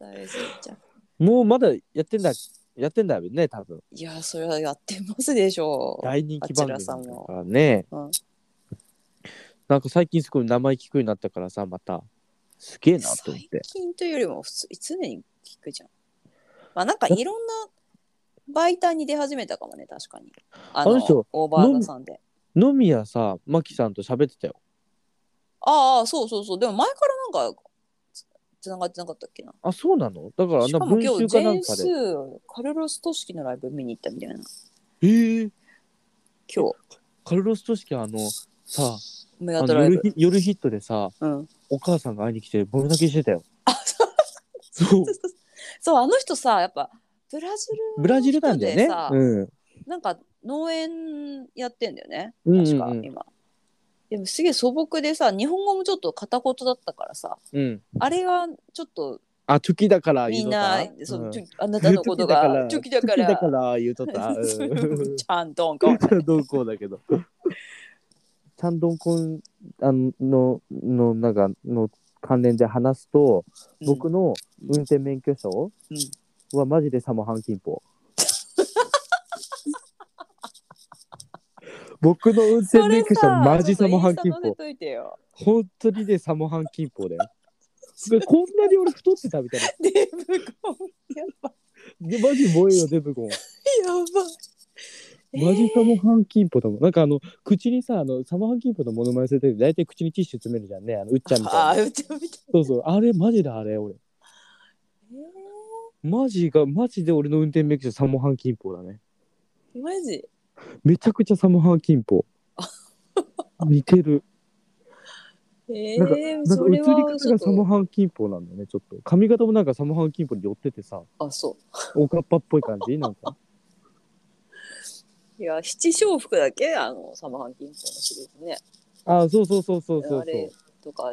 B: 大丈夫じゃん。
A: もうまだやってんだやってんだよね多分
B: いや、それはやってますでしょう。
A: 大人気番組だ
B: あちらさんも
A: からね、
B: うん
A: なんか最近すごい名前聞くようになったからさまたすげえなと思っ
B: 最
A: て
B: 近というよりも普通、常に聞くじゃん。まあ、なんかいろんな媒体に出始めたかもね、確かに。あ
A: あの人
B: オーバーザさんで。
A: 野宮さマキさんと喋ってたよ
B: ああ、そうそうそう。でも前からなんかつ、つながってなかったっけな。
A: あそうなのだからあん
B: し
A: な
B: かも
A: 文
B: 今
A: 集
B: 日
A: かな
B: 全
A: んか
B: 数
A: で
B: カルロス・トシキのライブ見に行ったみたいな。
A: えー、
B: 今日、
A: カルロス・トシキあのさ
B: メ
A: あ
B: ガト
A: の
B: ライ
A: 夜
B: ブ。
A: ヒ夜ヒットでさ
B: うん。
A: お母さんが会いに来てボロ泣きしてたよ
B: あ、そう
A: そう
B: そうあの人さやっぱブラジルの人
A: ブラジルなんだよね
B: でさ
A: うん
B: なんか農園やってんだよね
A: うんうんうん
B: 確か今でもすげえ素朴でさ日本語もちょっと片言だったからさ
A: うん
B: あれがちょっと
A: あ時だから
B: み
A: 言
B: ん
A: うとったうん
B: なその、ちょあなたのことがチョキだから
A: だから言うとった。
B: [LAUGHS] ちゃんとん
A: ち
B: こ
A: ゃ
B: ん
A: んどんこだけど。ちゃんどんこんあののなんかの関連で話すと、僕の運転免許証はマジでサモハンキンポ。 [LAUGHS] 僕の運転免許証マジサモハンキンポ。
B: [LAUGHS] で
A: 本当にねサモハンキンポだよ。でこんなに俺太ってたみたいな。
B: ブコンやば
A: でマジ燃えよデブゴン。
B: いやばい
A: マジサモハンキンポだもん。なんかあの、口にさ、あの、サモハンキンポのモノマネするとき、大体口にティッシュ詰めるじゃんね。あの、うっちゃんみ
B: あ
A: た
B: あ
A: いな。
B: うちみたい
A: そうそう。あれ、マジだ、あれ、俺。マジが、マジで俺の運転免許証サモハンキンポだね。
B: えーマジ
A: めちゃくちゃサモハンキンポ。似てる。
B: え
A: なんか
B: ー
A: なん
B: [LAUGHS] そ
A: か映
B: れ
A: り方
B: はちょ
A: が
B: っ
A: サモ
B: と
A: ハンキンポなんだよね、ちょっと。髪型もなんかサモハンキンポに寄っててさ、
B: あそう
A: おかっぱっぽい感じなん
B: [LAUGHS]
A: か。
B: いや、七小福だっけあの、サマハンキンポのシリーズね。
A: あ、そうそうそうそうそう
B: あ
A: そう。
B: れとか、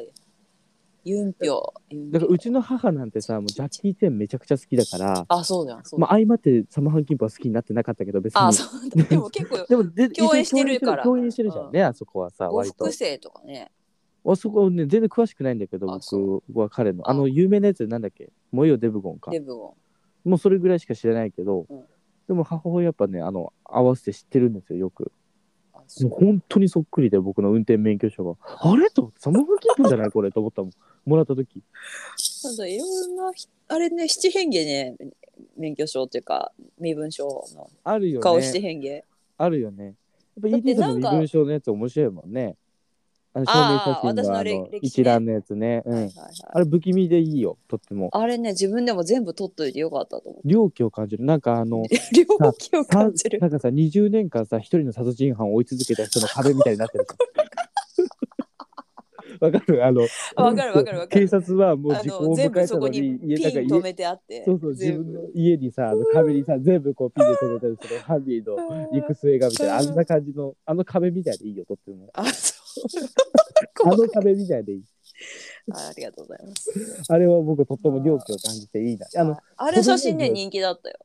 B: ユンピョ。ユン
A: だか
B: ピョ
A: らうちの母なんてさもうジャッキー・チェンめちゃくちゃ好きだから、
B: あ、そうだよ。そうだ
A: ま
B: よ
A: あ、相まってサマーハンキンパは好きになってなかったけど別に
B: あ、そうだ。でも結構、
A: でもで
B: 共演してるから
A: 共演してるじゃんね、あそこはさ [LAUGHS]
B: 呉
A: 割と
B: 服生とかね。
A: あそこはね全然詳しくないんだけど
B: あそ
A: 僕は彼の
B: あ
A: あの有名なやつなんだっけ「燃えよデブゴンか」
B: デブを。
A: もうそれぐらいしか知らないけど、
B: うん
A: でも母親やっぱねあの合わせて知ってるんですよよく
B: あそ
A: も
B: う
A: う本当にそっくりで僕の運転免許証があれとサムフキップじゃないこれと思ったもんもらった時
B: なんだいろんなひあれね七変化ね免許証っていうか身分証の
A: あるよ
B: 顔七
A: ね
B: 変化、
A: あるよねやっぱ
B: だって
A: ET さんの
B: なん
A: 身
B: か
A: 分証のやつ面白いもんねあの証明
B: あー
A: 写真のあ
B: 私の
A: の
B: 歴歴史ね
A: 一覧のやつねう
B: はい
A: ん
B: はいはい
A: あれ不気味でいいよとっても
B: あれね自分でも全部取っといてよかったと思う
A: 猟奇を感じるなんかあ
B: [LAUGHS]
A: の
B: 両気を感じる
A: なんかさ20年間さ一人の殺人犯を追い続けた人の壁みたいになって
B: [LAUGHS]
A: るじゃんわかるあの
B: わかるわかるわかる
A: 警察はもう
B: あ
A: 時効
B: の
A: を迎
B: 全部
A: えた
B: そ
A: の
B: こに
A: に
B: ピン
A: なんか
B: 止めてあって
A: そうそう自
B: 全
A: 分
B: 部
A: の家にさあの壁にさ全部こうピンで止めたりするハンディの行く末がみたいなあんな感じのあの壁みたいでいいよとっても
B: あそう
A: あの壁みたいでいい
B: あありがとうございます
A: あれは僕とっても猟奇を感じていいなあの
B: あれ写真ね
A: 子供の時
B: 人気だったよ、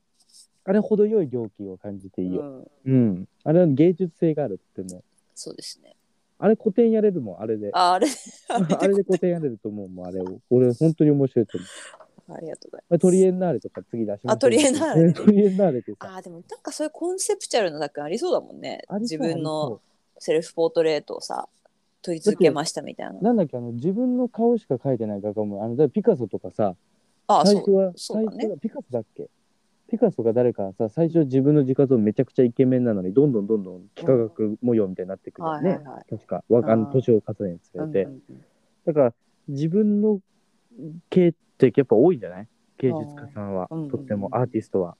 A: あれ程よい猟奇を感じていいよ
B: うん
A: うん、あれは芸術性があるとっても
B: そうですね
A: あれ古典やれるもんあれで
B: ああれ [LAUGHS] あれ
A: [LAUGHS] あれで固定やれると思うもん、あれを。俺、本当に面白いと思う
B: ありがとうございま
A: あ。
B: す
A: トリエンナーレとか次出しましょう
B: あトリエン
A: [LAUGHS]
B: ナーレ
A: トリエンナーレってさ、
B: あーでもなんかそういうコンセプチュアルの作品ありそうだもんね
A: ありそ
B: 自
A: う
B: 分の
A: ありそ
B: セルフポートレートをさ撮り続けましたみたいな
A: う。なんだっけ、あの、自分の顔しか描いてない画家も、あの、だからピカソとかさ、
B: ああ
A: 最
B: そ
A: 初
B: う
A: は、
B: そう
A: 最
B: だね
A: 初はピカソだっけピカソが誰かさ、最初自分の自画像めちゃくちゃイケメンなのに、どんどんどんどん幾何学模様みたいになってくるよ
B: はい
A: ね。
B: はいはい
A: 確か、わあの
B: あー
A: 年を重ねて
B: うんうん
A: て。
B: うん
A: だから、自分の系ってやっぱ多いんじゃない芸術家さんは、
B: あーうん
A: とってもアーティストは。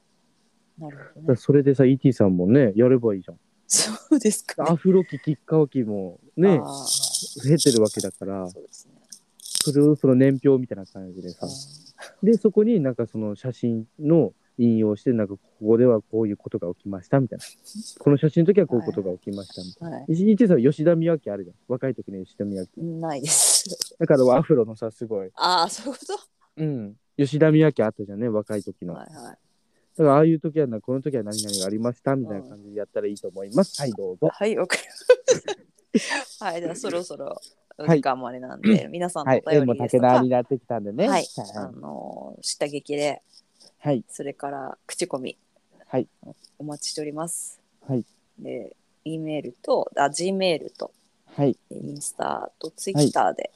B: なるほ
A: だ
B: ど
A: か
B: ね
A: らそれでさ ET さんもねやればいいじゃん
B: そうですか
A: アフロ期キッカオ期もね
B: ああ
A: 経てるわけだから
B: そうですね
A: それをその年表みたいな感じでさでそこになんかその写真の引用してなんかここではこういうことが起きましたみたいなこの写真の時はこういうことが起きましたみたい
B: うんはい
A: な ET さんは吉田美和あるじゃん若い時の吉田美和
B: ないです [LAUGHS]
A: だからアフロのさすごい、
B: ああそういうこ
A: うん、吉田美和あったじゃんね若い時
B: と
A: の
B: はいはい
A: だからああいう時はなこの時は何々がありましたみたいな感じでやったらいいと思いますはいどうぞ
B: はいわかり
A: [LAUGHS]
B: ましたはいではそろそろお
A: はい
B: 時間もあれなんで皆さんの
A: はい
B: お
A: 縁
B: 便り
A: も
B: で
A: 竹
B: すとか
A: 縄になってきたんでね
B: はいあのー下激励
A: はい
B: それから口コミ、
A: はい、
B: お待ちしております。
A: はい、
B: で、E メールと、あ、G メールと、
A: はい。
B: インスタとツイッターで、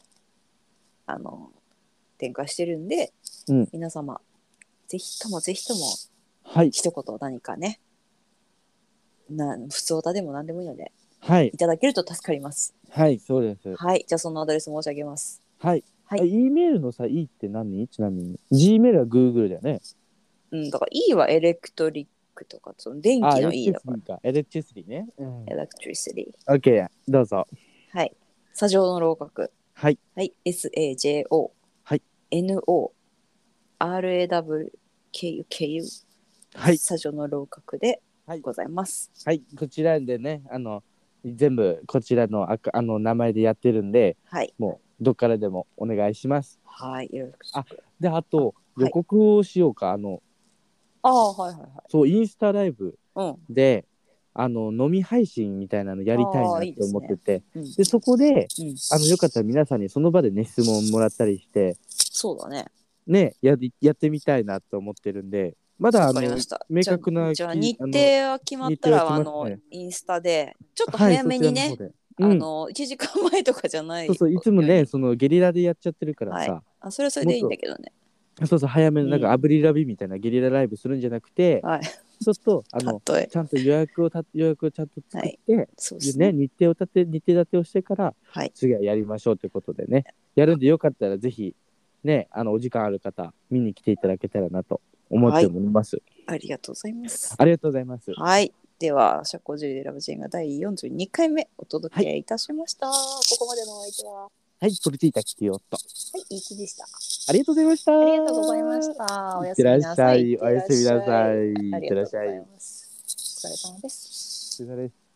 B: あの、展開してるんで、
A: うん
B: 皆様、ぜひともぜひとも、
A: はい。
B: 一言何かね、な普通歌でも何でもいいので、
A: はい
B: い。ただけると助かります。
A: はい。そうです。
B: はい、じゃあそのアドレス申し上げます。
A: はい。
B: は
A: あ
B: い。
A: E メールのさ、E って何ちなみに。G メールは Google だよね。
B: うん、だから E はエレクトリックとか、その電
A: あ、
B: 気
A: エレ
B: の
A: ク
B: E
A: チ
B: だから、
A: リか。エレクチリね。うん
B: エレクトリシティ。
A: OK。どうぞ。
B: はい。砂上の楼閣。
A: はい。
B: はい、SAJO、
A: はい、
B: NO、RAWKU、KU、
A: はい。
B: スタジオの楼閣で
A: はい
B: ございます。
A: はい。こちらでね、あの、全部こちらのあかあの名前でやってるんで、
B: はい、
A: もう、どっからでもお願いします。
B: はい、よろしく。
A: あで、あと、
B: はい
A: 予告をしようか。あの、
B: ああ、はいはい
A: そう、インスタライブ
B: はい。
A: で、あの、飲み配信みたいなのやりたいな
B: あ
A: っ
B: ーいい
A: て
B: ですね
A: 思ってて、
B: うん、うん、
A: で、そこで、
B: うん、
A: あのよかったら皆さんにその場でね質問もらったりして
B: そうだね。
A: ねやりやってみたいなと思ってるんでまだあ
B: わ
A: の
B: かりました。
A: 明確な
B: じゃあ
A: き
B: じゃあ日
A: あの
B: 程は決まったら、
A: 日
B: あ
A: 程は
B: の
A: 決まって、
B: インスタで、ちょっと
A: はい
B: 早めにね
A: そ、ちらの方で
B: あ
A: うん、
B: の、1時間前とかじゃない。
A: そうそういつもねそのゲリラでやっちゃってるからさ、
B: あ、それはそれでいいんだけどね。
A: そうそう早めのなん
B: うん
A: かアブリラビみたいなゲリラライブするんじゃなくて、
B: はい、
A: ちょっとあ
B: た [LAUGHS]
A: の
B: とえ。
A: ちゃんと予約をた予約をちゃんと作って、
B: そうです
A: ね
B: ね。
A: 日程を立て日程立てをしてから
B: はい。
A: 次はやりましょうということでねやるんでよかったらぜひねあのお時間ある方見に来ていただけたらなと思っております、
B: ありがとうございます。
A: ありがとうございます
B: はい。では、社交辞令ラブジェンが第42回目お届けいたしました。ここまでのお相手は、は
A: はい、飛びついたキティオット。
B: い、いい気でした。
A: ありがとうございました。
B: ありがとうございました。お
A: い
B: や
A: っ
B: す
A: てら
B: み
A: っし
B: なさ
A: ゃ
B: い。
A: い。おやすみなさい。
B: あ
A: い
B: り
A: っ
B: が
A: て
B: と
A: らっ
B: うご
A: しゃ
B: ざい
A: い。
B: ます。お疲れ様です。
A: お疲れ様です